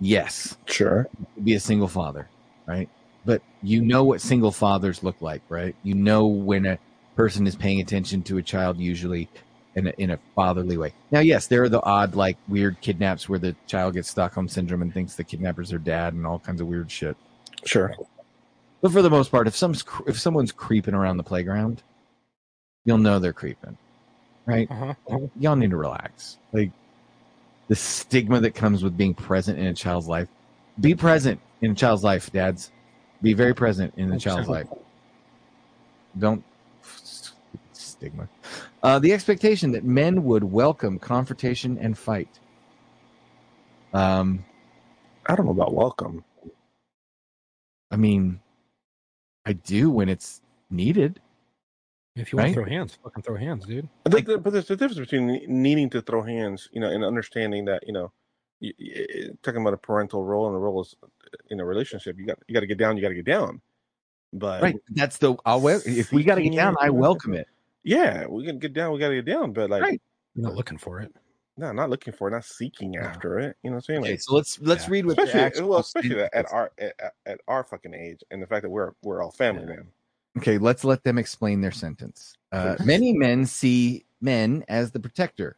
Yes, Sure. be a single father, right? But you know what single fathers look like, right? You know when a person is paying attention to a child, usually in a, in a fatherly way. Now, yes, there are the odd, like weird kidnaps where the child gets Stockholm syndrome and thinks the kidnappers are dad and all kinds of weird shit. Sure. But for the most part, if some's cr- if someone's creeping around the playground, you'll know they're creeping, right? Uh-huh. y'all need to relax. Like the stigma that comes with being present in a child's life. Be present in a child's life, dads. Be very present in the child's life. Don't stigma. Uh, the expectation that men would welcome confrontation and fight. Um, I don't know about welcome. I mean, I do when it's needed. If you want Right? to throw hands, fucking throw hands, dude. But, th- th- but there's a difference between needing to throw hands, you know, and understanding that, you know, y- y- talking about a parental role and the role is in a relationship. You got you got to get down. You got to get down. But Right. That's the I'll wel- if we got to get down, I welcome it. yeah, we can get down. We got to get down. But like, Right. You're not looking for it. no, not looking for, it, not seeking after it. You know what I'm saying? Okay, Like, so let's let's Yeah. read what the especially actual well, especially sentence at is. our at, at- at our fucking age, and the fact that we're we're all family now. Okay, let's let them explain their sentence. Uh, many men see men as the protector,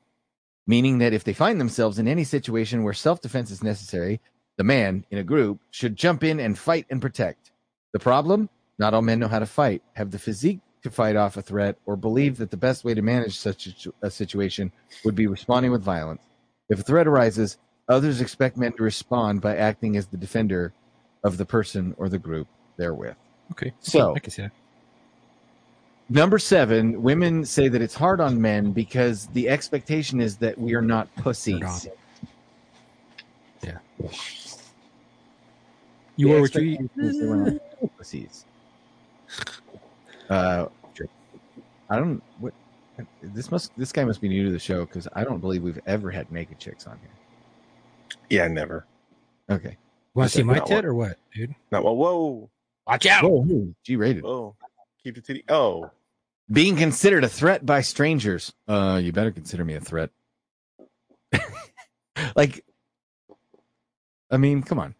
meaning that if they find themselves in any situation where self defense is necessary, the man in a group should jump in and fight and protect. The problem? Not all men know how to fight, have the physique to fight off a threat, or believe that the best way to manage such a, situ- a situation would be responding with violence. If a threat arises, others expect men to respond by acting as the defender of the person or the group therewith. Okay. So- I can see that. Number seven, women say that it's hard on men because the expectation is that we are not pussies. They're not. You are what you eat. you pussies. Uh, I don't. What this must this guy must be new to the show because I don't believe we've ever had naked chicks on here. Yeah, never. Okay. Want to see my Not tit or what, dude? Oh, Not well. Whoa, Watch out. Whoa, G rated. whoa. Keep the titty. Oh, Being considered a threat by strangers. Uh, you better consider me a threat. like, I mean, come on.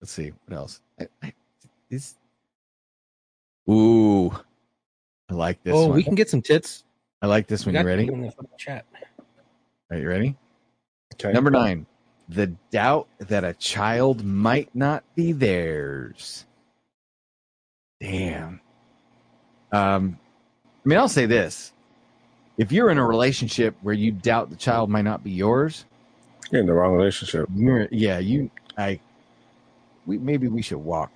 Let's see what else. I, I, this. Ooh, I like this oh, one. we can get some tits. I like this one. We You got ready? people in the fucking chat. Are you ready? okay. Number nine, the doubt that a child might not be theirs. Damn. Um, I mean, I'll say this. If you're in a relationship where you doubt the child might not be yours, You're in the wrong relationship. you're, yeah, you, I, we, maybe we should walk.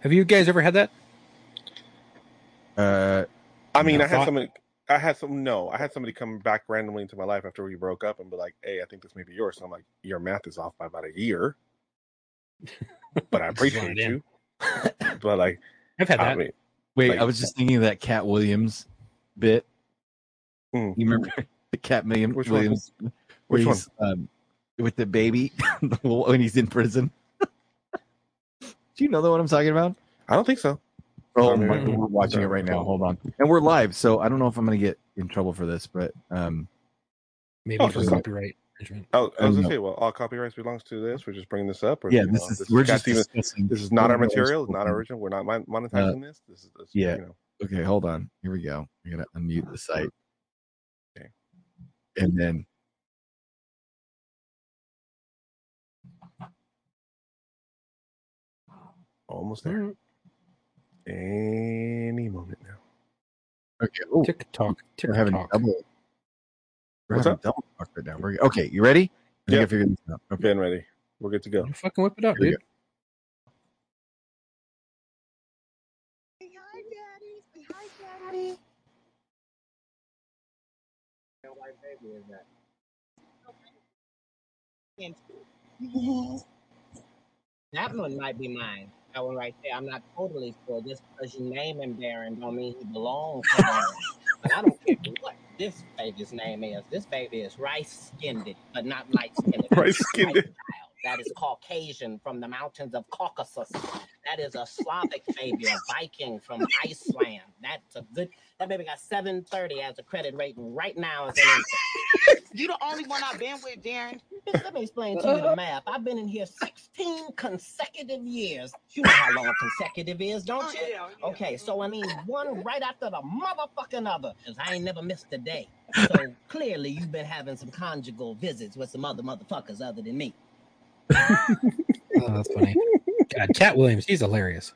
Have you guys ever had that? Uh, I mean, No. I had Thought- somebody. I had some. No, I had somebody come back randomly into my life after we broke up and be like, "Hey, I think this may be yours." And I'm like, "Your math is off by about a year," but I appreciate Yeah. you. But like, I've had I that. mean, wait, Like- I was just thinking of that Cat Williams bit. Mm. You remember the Cat William, Which one? Williams? Which where he's, Um, with the baby when he's in prison. Do you know the one I'm talking about? I don't think so. Oh, Oh, my, yeah. we're watching it right now. Hold on, and we're live, so I don't know if I'm going to get in trouble for this, but um, Maybe Oh, for just- copyright infringement. I, was- I was Oh, gonna no. say, well, all copyrights belongs to this. We're just bringing this up. Or, yeah, you this know, is this we're got just to even- discussing. this is not our we're not material. It's not discussing. original. We're not mon- monetizing this. This is this, Uh, yeah. You know, Okay, hold on. Here we go. I'm going to unmute the site, Okay. and then almost there. Any moment now. okay, oh, Tick tock. Tick we're having tock. double. We're What's having up? double talk right now. We're, okay, you ready? I think Yeah. I figured this out. Okay. Been ready. We're good to go. You fucking whip it up, Here we dude. Say hi, Daddy. Say hi, Daddy. And that one might be mine. That one right there. I'm not totally sure. Just because you name him Darren don't mean he belongs to Darren. and I don't care what this baby's name is. This baby is rice skinned, but not light skinned. Rice-skinned. That is Caucasian from the mountains of Caucasus. That is a Slavic baby, a Viking from Iceland. That's a good. That baby got 730 as a credit rating right now. As an infant. You the only one I've been with, Darren. Bitch, let me explain to you the math. I've been in here 16 consecutive years. You know how long consecutive is, don't you? Okay, so I mean one right after the motherfucking other, 'cause I ain't never missed a day. So clearly you've been having some conjugal visits with some other motherfuckers other than me. Oh, that's funny. God, Cat Williams, he's hilarious.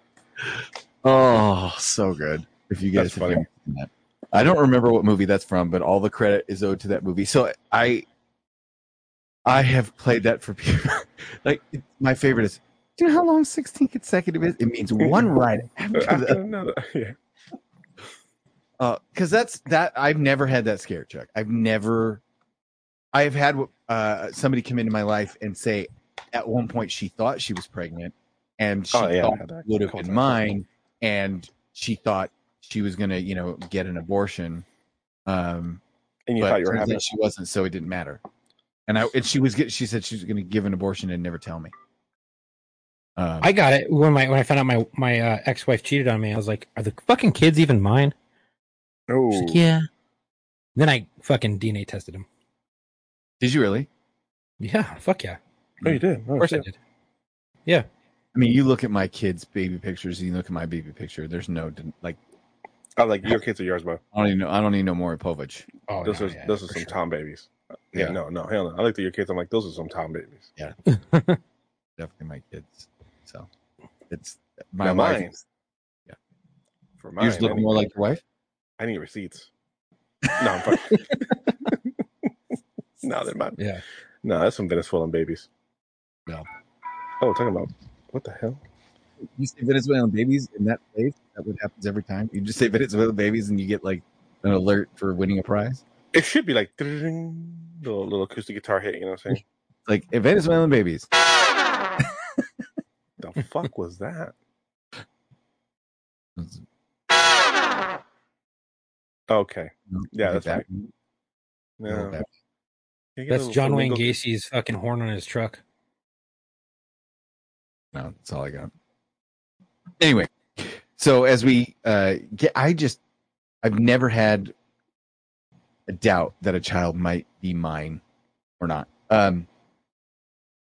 Oh, so good. If you guys That's have funny. ever seen that. I don't remember what movie that's from, but all the credit is owed to that movie. So I I have played that for people. like it- my favorite is do you know how long 16 consecutive is? It means one right after After the another, yeah. Uh, cause that's that I've never had that scare, Chuck. I've never, I've had uh somebody come into my life and say, at one point she thought she was pregnant, and she Oh, yeah, I thought had that it would have couple been times. mine, and she thought she was gonna, you know, get an abortion. Um, And you but thought you were turns having out she wasn't, so it didn't matter. And I and she was get, she said she was going to give an abortion and never tell me. Um, I got it when my when I found out my my uh, ex wife cheated on me. I was like, are the fucking kids even mine? She's Oh, like, yeah. Then I fucking DNA tested him. did you really? Yeah, fuck yeah. oh, you did. Of Oh, course I shit. did. I mean, you look at my kids' baby pictures, and you look at my baby picture. There's no den- like I was like, your kids are yours, bro. I don't even know I don't even know Maury Povich. Oh, Those no, are yeah, those are for some sure. Tom babies. Yeah, Yeah. no, no, hell no. I looked at your kids. I'm like, those are some Tom babies. Definitely my kids. So it's my My wife. mine. Yeah. For you mine, just I look need- more like your wife. I need receipts. No, I'm fine. no, they're mine. Yeah. No, that's some Venezuelan babies. No. Oh, talking about what the hell? You say Venezuelan babies in that place. That what happens every time. You just say Venezuelan babies, and you get like an alert for winning a prize. It should be like ding, little little acoustic guitar hit. You know what I'm saying? It's like "Hey, Venezuelan babies. the fuck was that? Okay. Yeah, Like that's that. No. Like that. Can you get a That's little John Wayne flamingo- Gacy's fucking horn on his truck. No, that's all I got. Anyway, so as we uh, get, I just, I've never had a doubt that a child might be mine or not. Um,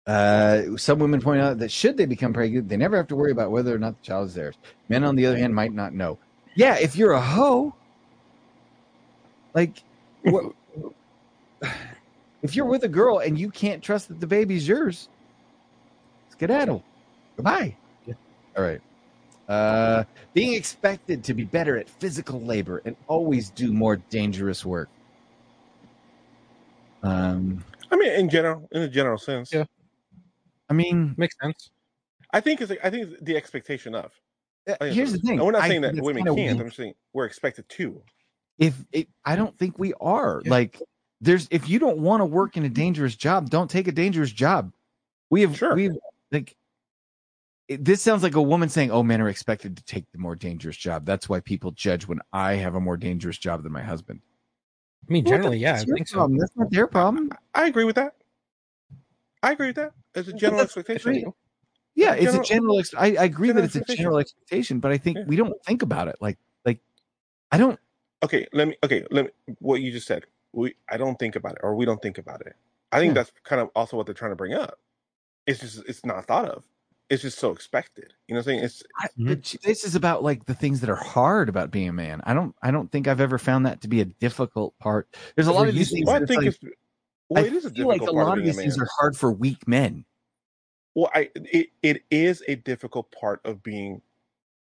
uh, some women point out that should they become pregnant, they never have to worry about whether or not the child is theirs. Men, on the other hand, might not know. Yeah, if you're a hoe, like, what, if you're with a girl and you can't trust that the baby's yours, skedaddle. Goodbye. All right. Uh, being expected to be better at physical labor and always do more dangerous work. Um, I mean, in general, in a general sense, Yeah. I mean, Makes sense. I think it's. I think it's the expectation of. uh, I think here's the it's- thing. and Oh, We're not I saying think that it's women kinda can't. weak I'm just saying we're expected to. If it, I don't think we are Yeah. like there's if you don't want to work in a dangerous job, don't take a dangerous job. We have Sure. we've like it, this sounds like a woman saying, "Oh, men are expected to take the more dangerous job." That's why people judge when I have a more dangerous job than my husband. I mean, Well, generally, yeah, I That's your think so. problem. That's not their problem. I agree with that. I agree with that. As a But general that's expectation. great. Yeah, it's a General- general. Ex- I, I agree that general it's a expectation. general expectation, but I think Yeah. we don't think about it. Like, like I don't. Okay, let me. Okay, let me. What you just said. We. I don't think about it, or we don't think about it. I think Yeah. that's kind of also what they're trying to bring up. It's just. It's not thought of. It's just so expected. You know what I'm saying? It's. I, Mhm. but This is about like the things that are hard about being a man. I don't. I don't think I've ever found that to be a difficult part. There's a Because lot we're of these used to things. Well, that I it's think like- it's. Well, I it is a feel like difficult a part lot of of being a these man. things are hard for weak men. Well, I it, it is a difficult part of being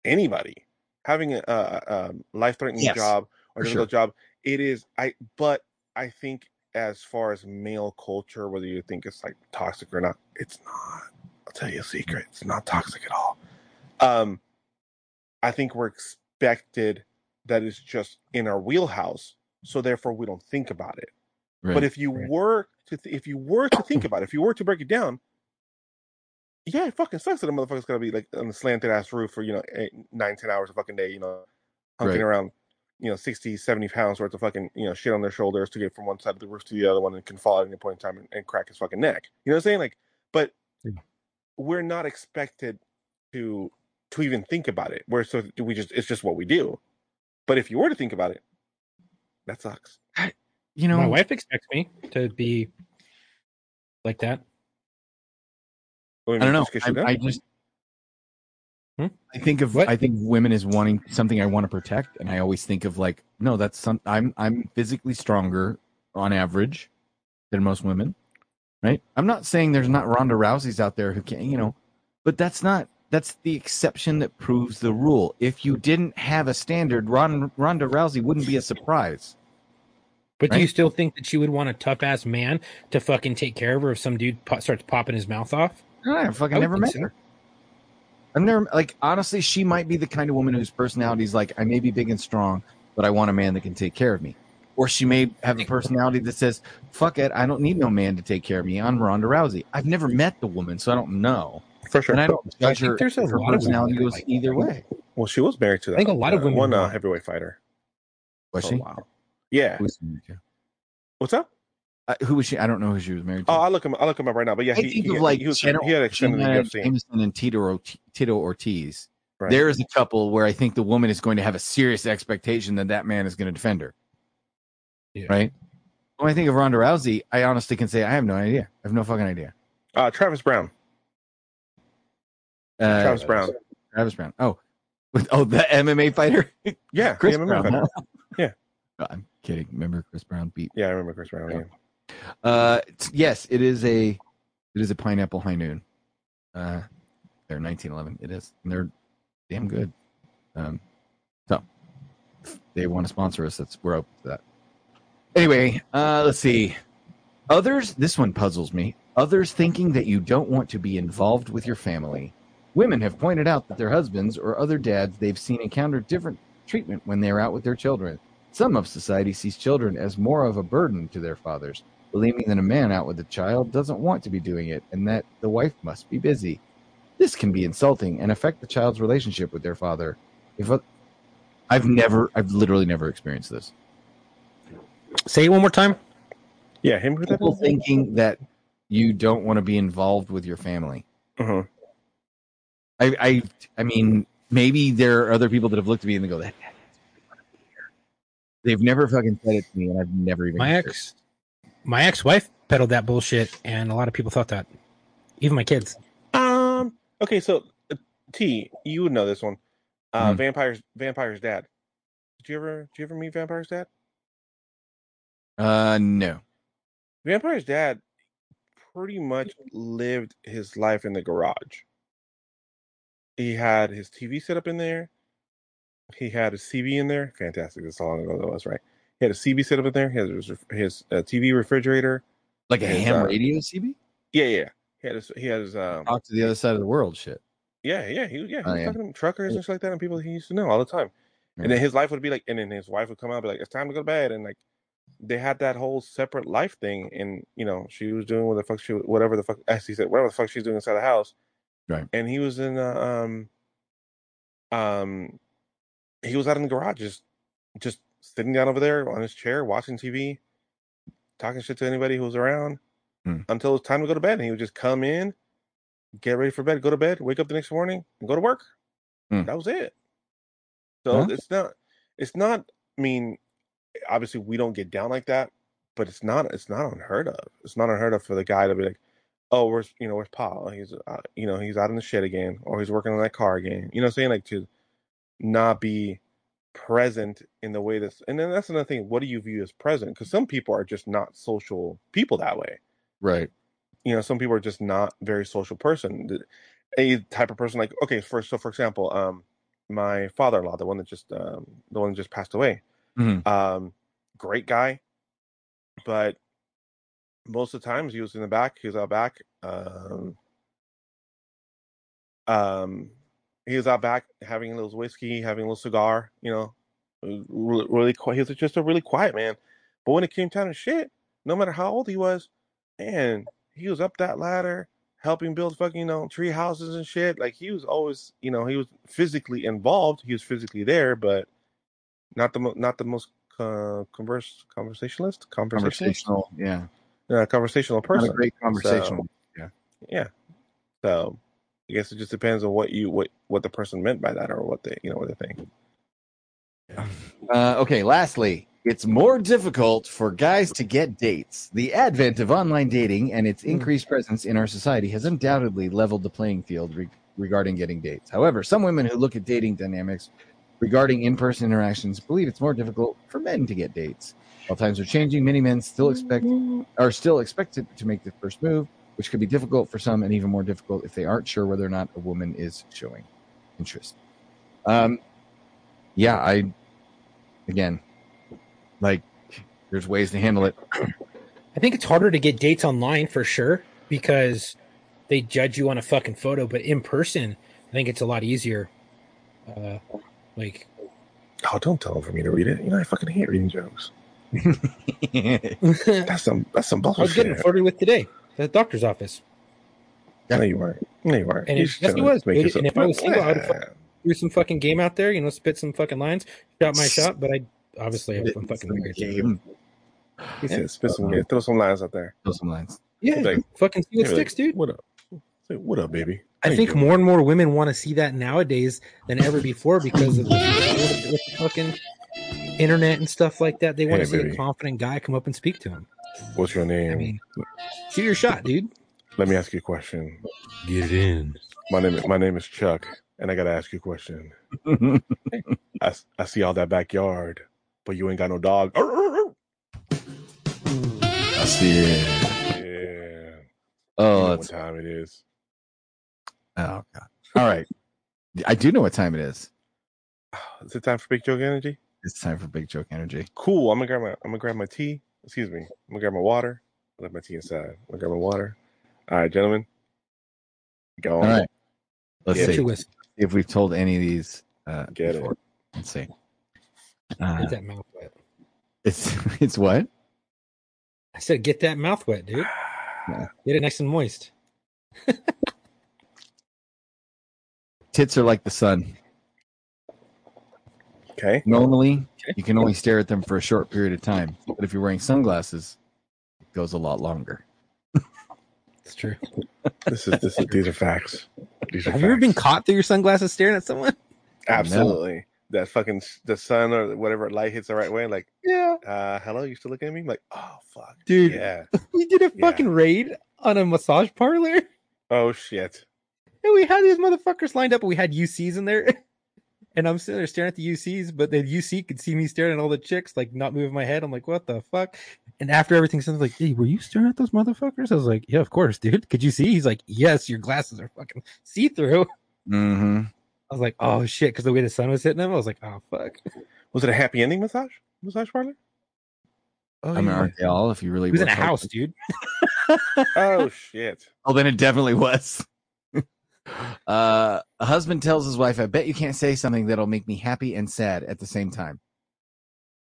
anybody having a, a, a um, life-threatening Yes, job for or difficult job. It is I, but I think as far as male culture, whether you think it's like toxic or not, it's not. I'll tell you a secret: it's not toxic at all. Um, I think we're expected that it's just in our wheelhouse, so therefore we don't think about it. Right. But if you were to th- if you were to think about it, if you were to break it down, yeah, it fucking sucks that a motherfucker's gonna be like on the slanted ass roof for you know eight, nine, ten hours a fucking day, you know, hunking Right. around, you know, 60, 70 pounds worth of fucking you know shit on their shoulders to get from one side of the roof to the other one and can fall at any point in time and, and crack his fucking neck. You know what I'm saying? Like, but Yeah. we're not expected to to even think about it. We're so we just it's just what we do. But if you were to think about it, that sucks. you know, My wife expects me to be like that. What do you I don't mean, know. just 'cause I, you don't? I just. Hmm? I think of What? I think of women as wanting something I want to protect, and I always think of like, no, that's some. I'm I'm physically stronger on average than most women, right? I'm not saying there's not Ronda Rouseys out there who can, you know, but that's not that's the exception that proves the rule. If you didn't have a standard, Ron, Ronda Rousey wouldn't be a surprise. But do you Right. still think that she would want a tough ass man to fucking take care of her if some dude po- starts popping his mouth off? I fucking I would never think met so. her. I've never like honestly, she might be the kind of woman whose personality is like, I may be big and strong, but I want a man that can take care of me. Or she may have a personality that says, fuck it, I don't need no man to take care of me. I'm Ronda Rousey. I've never met the woman, so I don't know. for sure. And I don't I judge think her. there's a Her lot of personality women goes like that. either way. well, she was married to that. I think a lot of uh, women one uh, want- heavyweight fighter. Was for she? a while. Yeah. Who was she married to? What's up? Uh, who was she? I don't know who she was married to. Oh, I look him. I look him up right now. But yeah, I he, think he, of like he, was, he Jenna- had extended the Jenna UFC. Jameson and Tito, Ort- Tito Ortiz. Right. There is a couple where I think the woman is going to have a serious expectation that that man is going to defend her. Yeah. Right. When I think of Ronda Rousey, I honestly can say I have no idea. I have no fucking idea. Uh, Travis Brown. Uh, Travis Brown. Travis Brown. Oh, with, oh, the MMA fighter, Yeah, Chris the MMA Brown. fighter. Yeah. No, I'm kidding. Remember Chris Brown beat. Yeah, I remember Chris Brown. Yeah. Uh, t- yes, it is a, it is a pineapple high noon. Uh, they're 1911. It is. And they're damn good. Um, so if they want to sponsor us. That's we're open to that. Anyway, uh, let's see. Others. This one puzzles me. Others thinking that you don't want to be involved with your family. Women have pointed out that their husbands or other dads they've seen encounter different treatment when they are out with their children. Some of society sees children as more of a burden to their fathers, believing that a man out with a child doesn't want to be doing it and that the wife must be busy. This can be insulting and affect the child's relationship with their father. If a, I've never, I've literally never experienced this. Say it one more time. Yeah, him. with that- People thinking that you don't want to be involved with your family. Mhm. I, I, I mean, maybe there are other people that have looked at me and they go, "That- they've never fucking said it to me, and I've never even. My ex, my ex-wife peddled that bullshit, and a lot of people thought that. Even my kids. Um. Okay, so uh, T, you would know this one. Uh, Mhm. Vampire's Vampire's dad. Did you ever? Did you ever meet Vampire's dad? Uh, no. Vampire's dad pretty much lived his life in the garage. He had his TV set up in there. He had a CB in there. Fantastic. That's all I know that was, right? He had a CB set up in there. He had his, his uh, TV refrigerator. Like a Is, ham uh, radio CB? Yeah, yeah. He had his, he had his, um, Talk to the other side of the world shit. yeah, yeah. He, was- yeah, he Oh, was yeah. talking to truckers and shit like that and people he used to know all the time. And Yeah. then his life would be like, and then his wife would come out and be like, it's time to go to bed. And like, they had that whole separate life thing. And, you know, she was doing what the fuck she, whatever the fuck, as he said, whatever the fuck she's doing inside the house. Right. And he was in, uh, um, um, he was out in the garage just, just sitting down over there on his chair, watching TV, talking shit to anybody who was around Hmm. until it was time to go to bed. And he would just come in, get ready for bed, go to bed, wake up the next morning, and go to work. Hmm. That was it. So Huh? it's not, it's not. I mean, obviously we don't get down like that, but it's not, it's not unheard of. It's not unheard of for the guy to be like, oh, where's you know where's Paul? He's uh, you know he's out in the shed again, or he's working on that car again. You know, what I'm saying like to not be present in the way that's and then that's another thing what do you view as present because some people are just not social people that way Right. you know some people are just not very social person Th- a type of person like okay for so for example um my father-in-law the one that just um the one that just passed away Mhm. um great guy but most of the times he was in the back he was out back um um he was out back having a little whiskey having a little cigar you know really, really quiet he was just a really quiet man but when it came time to shit no matter how old he was man he was up that ladder helping build fucking you know tree houses and shit like he was always you know he was physically involved he was physically there but not the mo- not the most uh, converse conversationalist conversationalist Conversational. Yeah. uh, conversational Not person a great conversational. yeah so i guess it just depends on what you what what the person meant by that or what they you know what they think Uh, okay, lastly, it's more difficult for guys to get dates. The advent of online dating and its increased presence in our society has undoubtedly leveled the playing field re- regarding getting dates. However, some women who look at dating dynamics regarding in person interactions believe it's more difficult for men to get dates. While times are changing, many men still expect are still expected to make the first move, which could be difficult for some and even more difficult if they aren't sure whether or not a woman is showing interest. Um, yeah, I again, like there's ways to handle it. I think it's harder to get dates online for sure because they judge you on a fucking photo, but in person, I think it's a lot easier. Uh, like Oh, don't tell him for me to read it. You know, I fucking hate reading jokes. Oh, I That's some that's some was bullshit. getting flirted with today at the doctor's office. No, you weren't. No, you weren't. And you if- just yes, telling he me was, to make dude. yourself- And if I was single, I would've Nah. Threw some fucking game out there, you know, spit some fucking lines, shot my shot, but I obviously I'm fucking married. game. He said, spit some, throw some lines out there. Throw some lines. Yeah, Like- fucking see what Yeah, like, sticks, dude. What up? Say, what up, baby? I How you think doing? more and more women want to see that nowadays than ever before because of the, with the fucking internet and stuff like that. They want Hey, to see baby. a confident guy come up and speak to him. What's your name? I mean, shoot your shot, dude. Let me ask you a question. Get it in. My name, my name is Chuck, and I gotta ask you a question. I, s- I see all that backyard, but you ain't got no dog. Arr, arr, arr. I see it. Yeah. You know Oh, what that's, time it is? oh God. All right. I do know what time it is. Is it time for big joke energy? It's time for big joke energy. Cool. I'm gonna grab my, I'm gonna grab my tea. Excuse me. I'm gonna grab my water. I left my tea inside. I'm gonna grab my water. All right, gentlemen. Go on. All right. Let's Yeah. Get see your whiskey. if we've told any of these. Uh, Get it. before. Let's see. Uh, Get that mouth wet. it's it's what? I said, get that mouth wet, dude. Get it nice and moist. Tits are like the sun. Okay. Normally, you can only stare at them for a short period of time, but if you're wearing sunglasses, it goes a lot longer. It's true. This is this is these are facts. These are Have you ever facts. been caught through your sunglasses staring at someone? Absolutely. That fucking s- the sun or whatever light hits the right way. Like, Yeah. uh, hello, you still looking at me? like, oh fuck, Dude, yeah. we did a Yeah. fucking raid on a massage parlor and Oh shit. we had these motherfuckers lined up and we had UCs in there. And I'm sitting there staring at the UCs, but the UC could see me staring at all the chicks, like not moving my head. I'm like, what the fuck? And after everything's done, they're like, hey, were you staring at those motherfuckers? I was like, yeah, of course, dude. Could you see? He's like, yes, your glasses are fucking see through. Mm-hmm. I was like, oh shit, because the way the sun was hitting them, I was like, oh fuck. Was it a happy ending massage? Massage parlor? Oh, I mean, yeah. aren't they all? If you really He was in a work hard- house, dude. Oh shit. Oh, then it definitely was. uh, a husband tells his wife, "I bet you can't say something that'll make me happy and sad at the same time."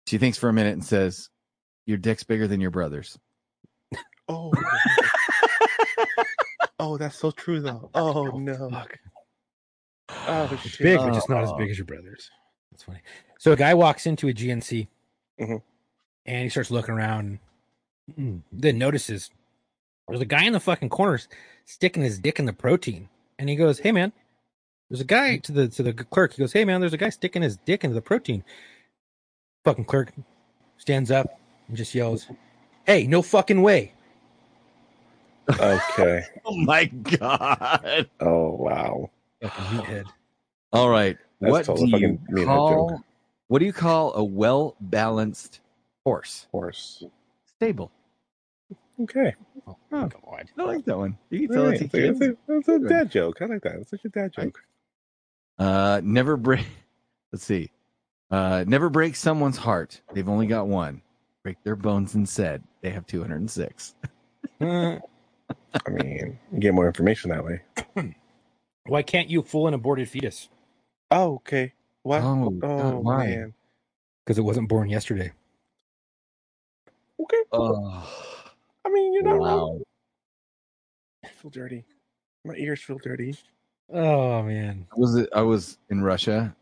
She thinks for a minute and says, "Your dick's bigger than your brother's." Oh. oh, that's so true though. Oh no. Fuck. Oh It's big, shit. but just not as big as your brother's. That's funny. So a guy walks into a GNC Mhm. and he starts looking around, and then notices there's a guy in the fucking corner sticking his dick in the protein, and he goes, "Hey man, there's a guy to the to the clerk." He goes, "Hey man, there's a guy sticking his dick into the protein." Fucking clerk stands up and just yells, "Hey, no fucking way!" Okay. Oh my god! Oh wow. Fucking meathead. All right, That's what do totally you fucking mean, that call? joke. What do you call a well balanced horse? Horse. Stable. Okay. Oh, Huh. God. I like that one. You can All tell right. it's a That's a- that's kid. a- that's a dad joke. I like that. It's such a dad joke. Uh, never break. Let's see. Uh, never break someone's heart. They've only got one. Break their bones instead. They have two hundred and six. Uh, I mean, you get more information that way. why can't you fool an aborted fetus? Oh, okay. What? Oh, Oh, God, why? man. Because it wasn't born yesterday. Okay. Oh, I mean, you're not wrong. wow. I feel dirty. My ears feel dirty. Oh man. I Was it? I was in Russia,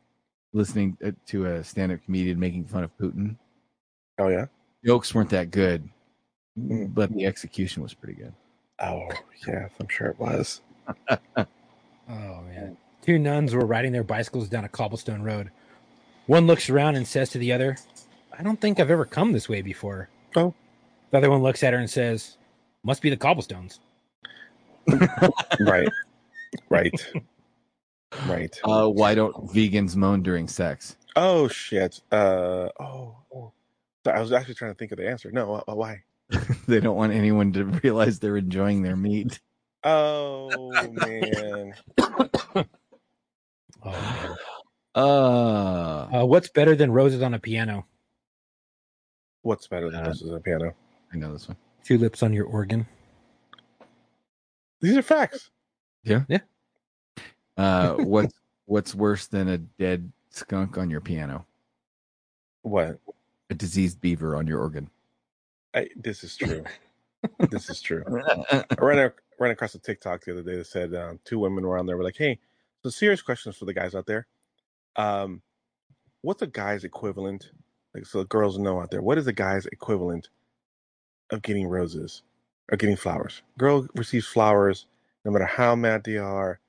listening uh, to a stand-up comedian making fun of Putin. Oh yeah. Jokes weren't that good, Mm. but the execution was pretty good. Oh yeah, I'm sure it was. Oh man. Two nuns were riding their bicycles down a cobblestone road. One looks around and says to the other, I don't think I've ever come this way before. Oh. The other one looks at her and says, Must be the cobblestones. Right. right. Right. Uh, why don't vegans moan during sex? Oh shit. Uh oh. oh. So I was actually trying to think of the answer. No, uh, uh, why? they don't want anyone to realize they're enjoying their meat. Oh man. Oh, man. Uh, Uh, what's better than roses on a piano? What's better than Uh, this is a piano? I know this one. Tulips on your organ. These are facts. Uh, what's what's worse than a dead skunk on your piano? What? a diseased beaver on your organ. I, this is true. this is true. I ran, ac- ran across a TikTok the other day that said um, two women were on there. Were like, "Hey, so serious questions for the guys out there. Um, what's a guy's equivalent? Like, so the girls know out there. What is a guy's equivalent of getting roses or getting flowers? Girl receives flowers no matter how mad they are,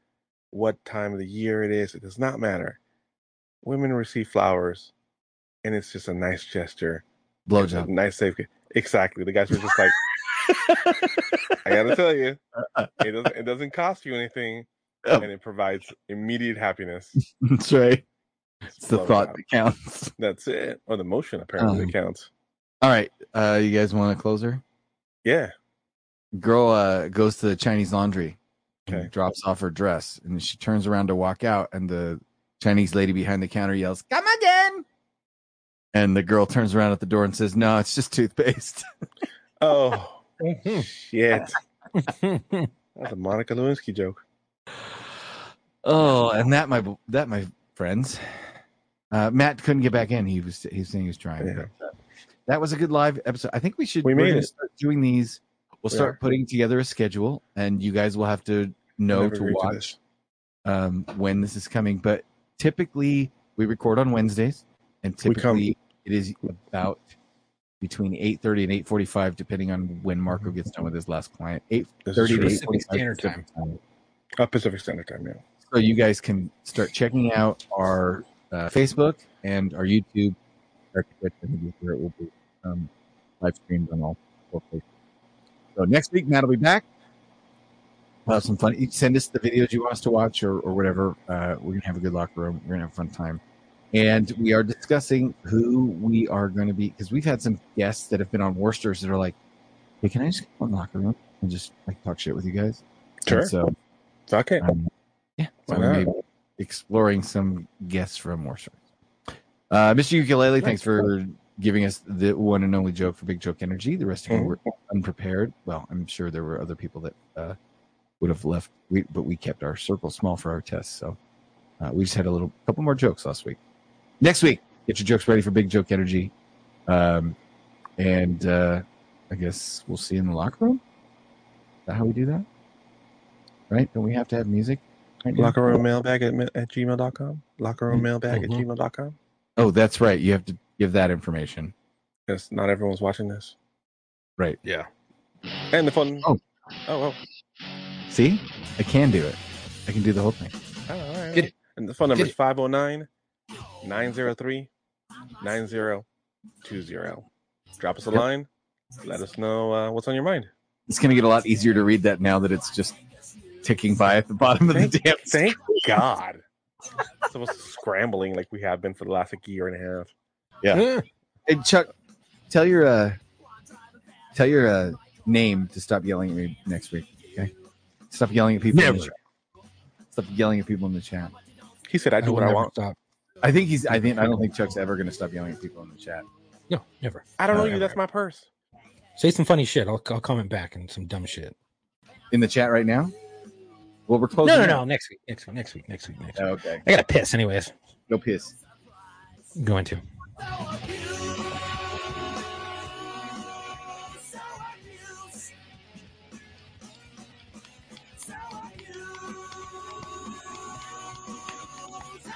what time of the year it is. It does not matter. Women receive flowers, and it's just a nice gesture, It's a Blowjob. nice safe. Exactly. The guys were just like, I gotta tell you, it doesn't. It doesn't cost you anything, Oh. and it provides immediate happiness. That's right. It's the Love thought that. that counts. That's it. Or the motion apparently Um, that counts. All right. Uh, you guys want a closer? Yeah. Girl uh, goes to the Chinese laundry and Okay. drops off her dress. And she turns around to walk out. And the Chinese lady behind the counter yells, Come again. And the girl turns around at the door and says, No, it's just toothpaste. Oh Mm-hmm. hmm. shit. That's a Monica Lewinsky joke. Oh, and that, my that my friends. Uh, Matt couldn't get back in. He was he was saying he was trying. Yeah. That was a good live episode. I think we should. We we're made gonna it. Start doing these. We'll We start are. putting together a schedule, and you guys will have to know Never to agreed watch this. um, when this is coming. But typically, we record on Wednesdays, and We come- typically it is about between eight thirty and eight forty-five, depending on when Marco gets done with his last client. Eight This is thirty to true. eight Pacific forty-five Standard time Uh, Pacific Standard Time, yeah. so you guys can start checking out our uh, Facebook and our YouTube, our Twitch, I think is where it will be um, live streamed on all four places. So next week, Matt will be back. We'll have some fun. You send us the videos you want us to watch or, or whatever. Uh, we're gonna have a good locker room. We're gonna have a fun time, and we are discussing who we are going to be because we've had some guests that have been on Worcesters that are like, "Hey, can I just go in the locker room and just like talk shit with you guys?" And Sure. so It's okay. um, yeah, so Why we may not? be exploring some guests from Warsaw. Uh, Mr. Ukulele, thanks for giving us the one and only joke for Big Joke Energy. The rest of Mm-hmm. you were unprepared. Well, I'm sure there were other people that uh, would have left, we, but we kept our circle small for our tests. So uh, we just had a little couple more jokes last week. Next week, get your jokes ready for Big Joke Energy. Um, and uh, I guess we'll see you in the locker room. Is that how we do that? Right? Don't we have to have music? Right now? Locker room mailbag at, mi- at gmail.com. Locker Mm-hmm. room mailbag at Mhm. gmail.com. Oh, that's right. You have to give that information. Yes, not everyone's watching this. Yeah. And the phone. Oh. Oh, oh. See, I can do it. I can do the whole thing. Oh, all right. Get it. And the phone number Get is 509 903 9020. Drop us a Yep. line. Let us know uh, what's on your mind. It's going to get a lot easier to read that now that it's just ticking by at the bottom of the Thank, damn thing. thank God. Some of us scrambling like we have been for the last like year and a half. And Chuck, tell your uh, tell your uh, name to stop yelling at me next week. Okay, stop yelling at people. In the Never. chat. Stop yelling at people in the chat. He said, "I do will what I never want." Stop. I think he's. I think I don't think Chuck's ever going to stop yelling at people in the chat. No, never. I don't know All you. right. That's my purse. Say some funny shit. I'll, I'll comment back and some dumb shit. In the chat right now. Well, we're No, closing. no, up. no. Next week. Next week. Next week. Next week. Next week. Oh, okay. I gotta piss, anyways. Go piss. I'm going to.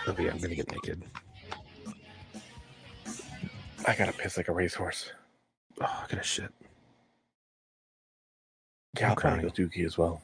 Oh yeah, I'm gonna get naked. I gotta piss like a racehorse. Oh, I gotta shit. Yeah, I'll Okay. probably go dookie as well.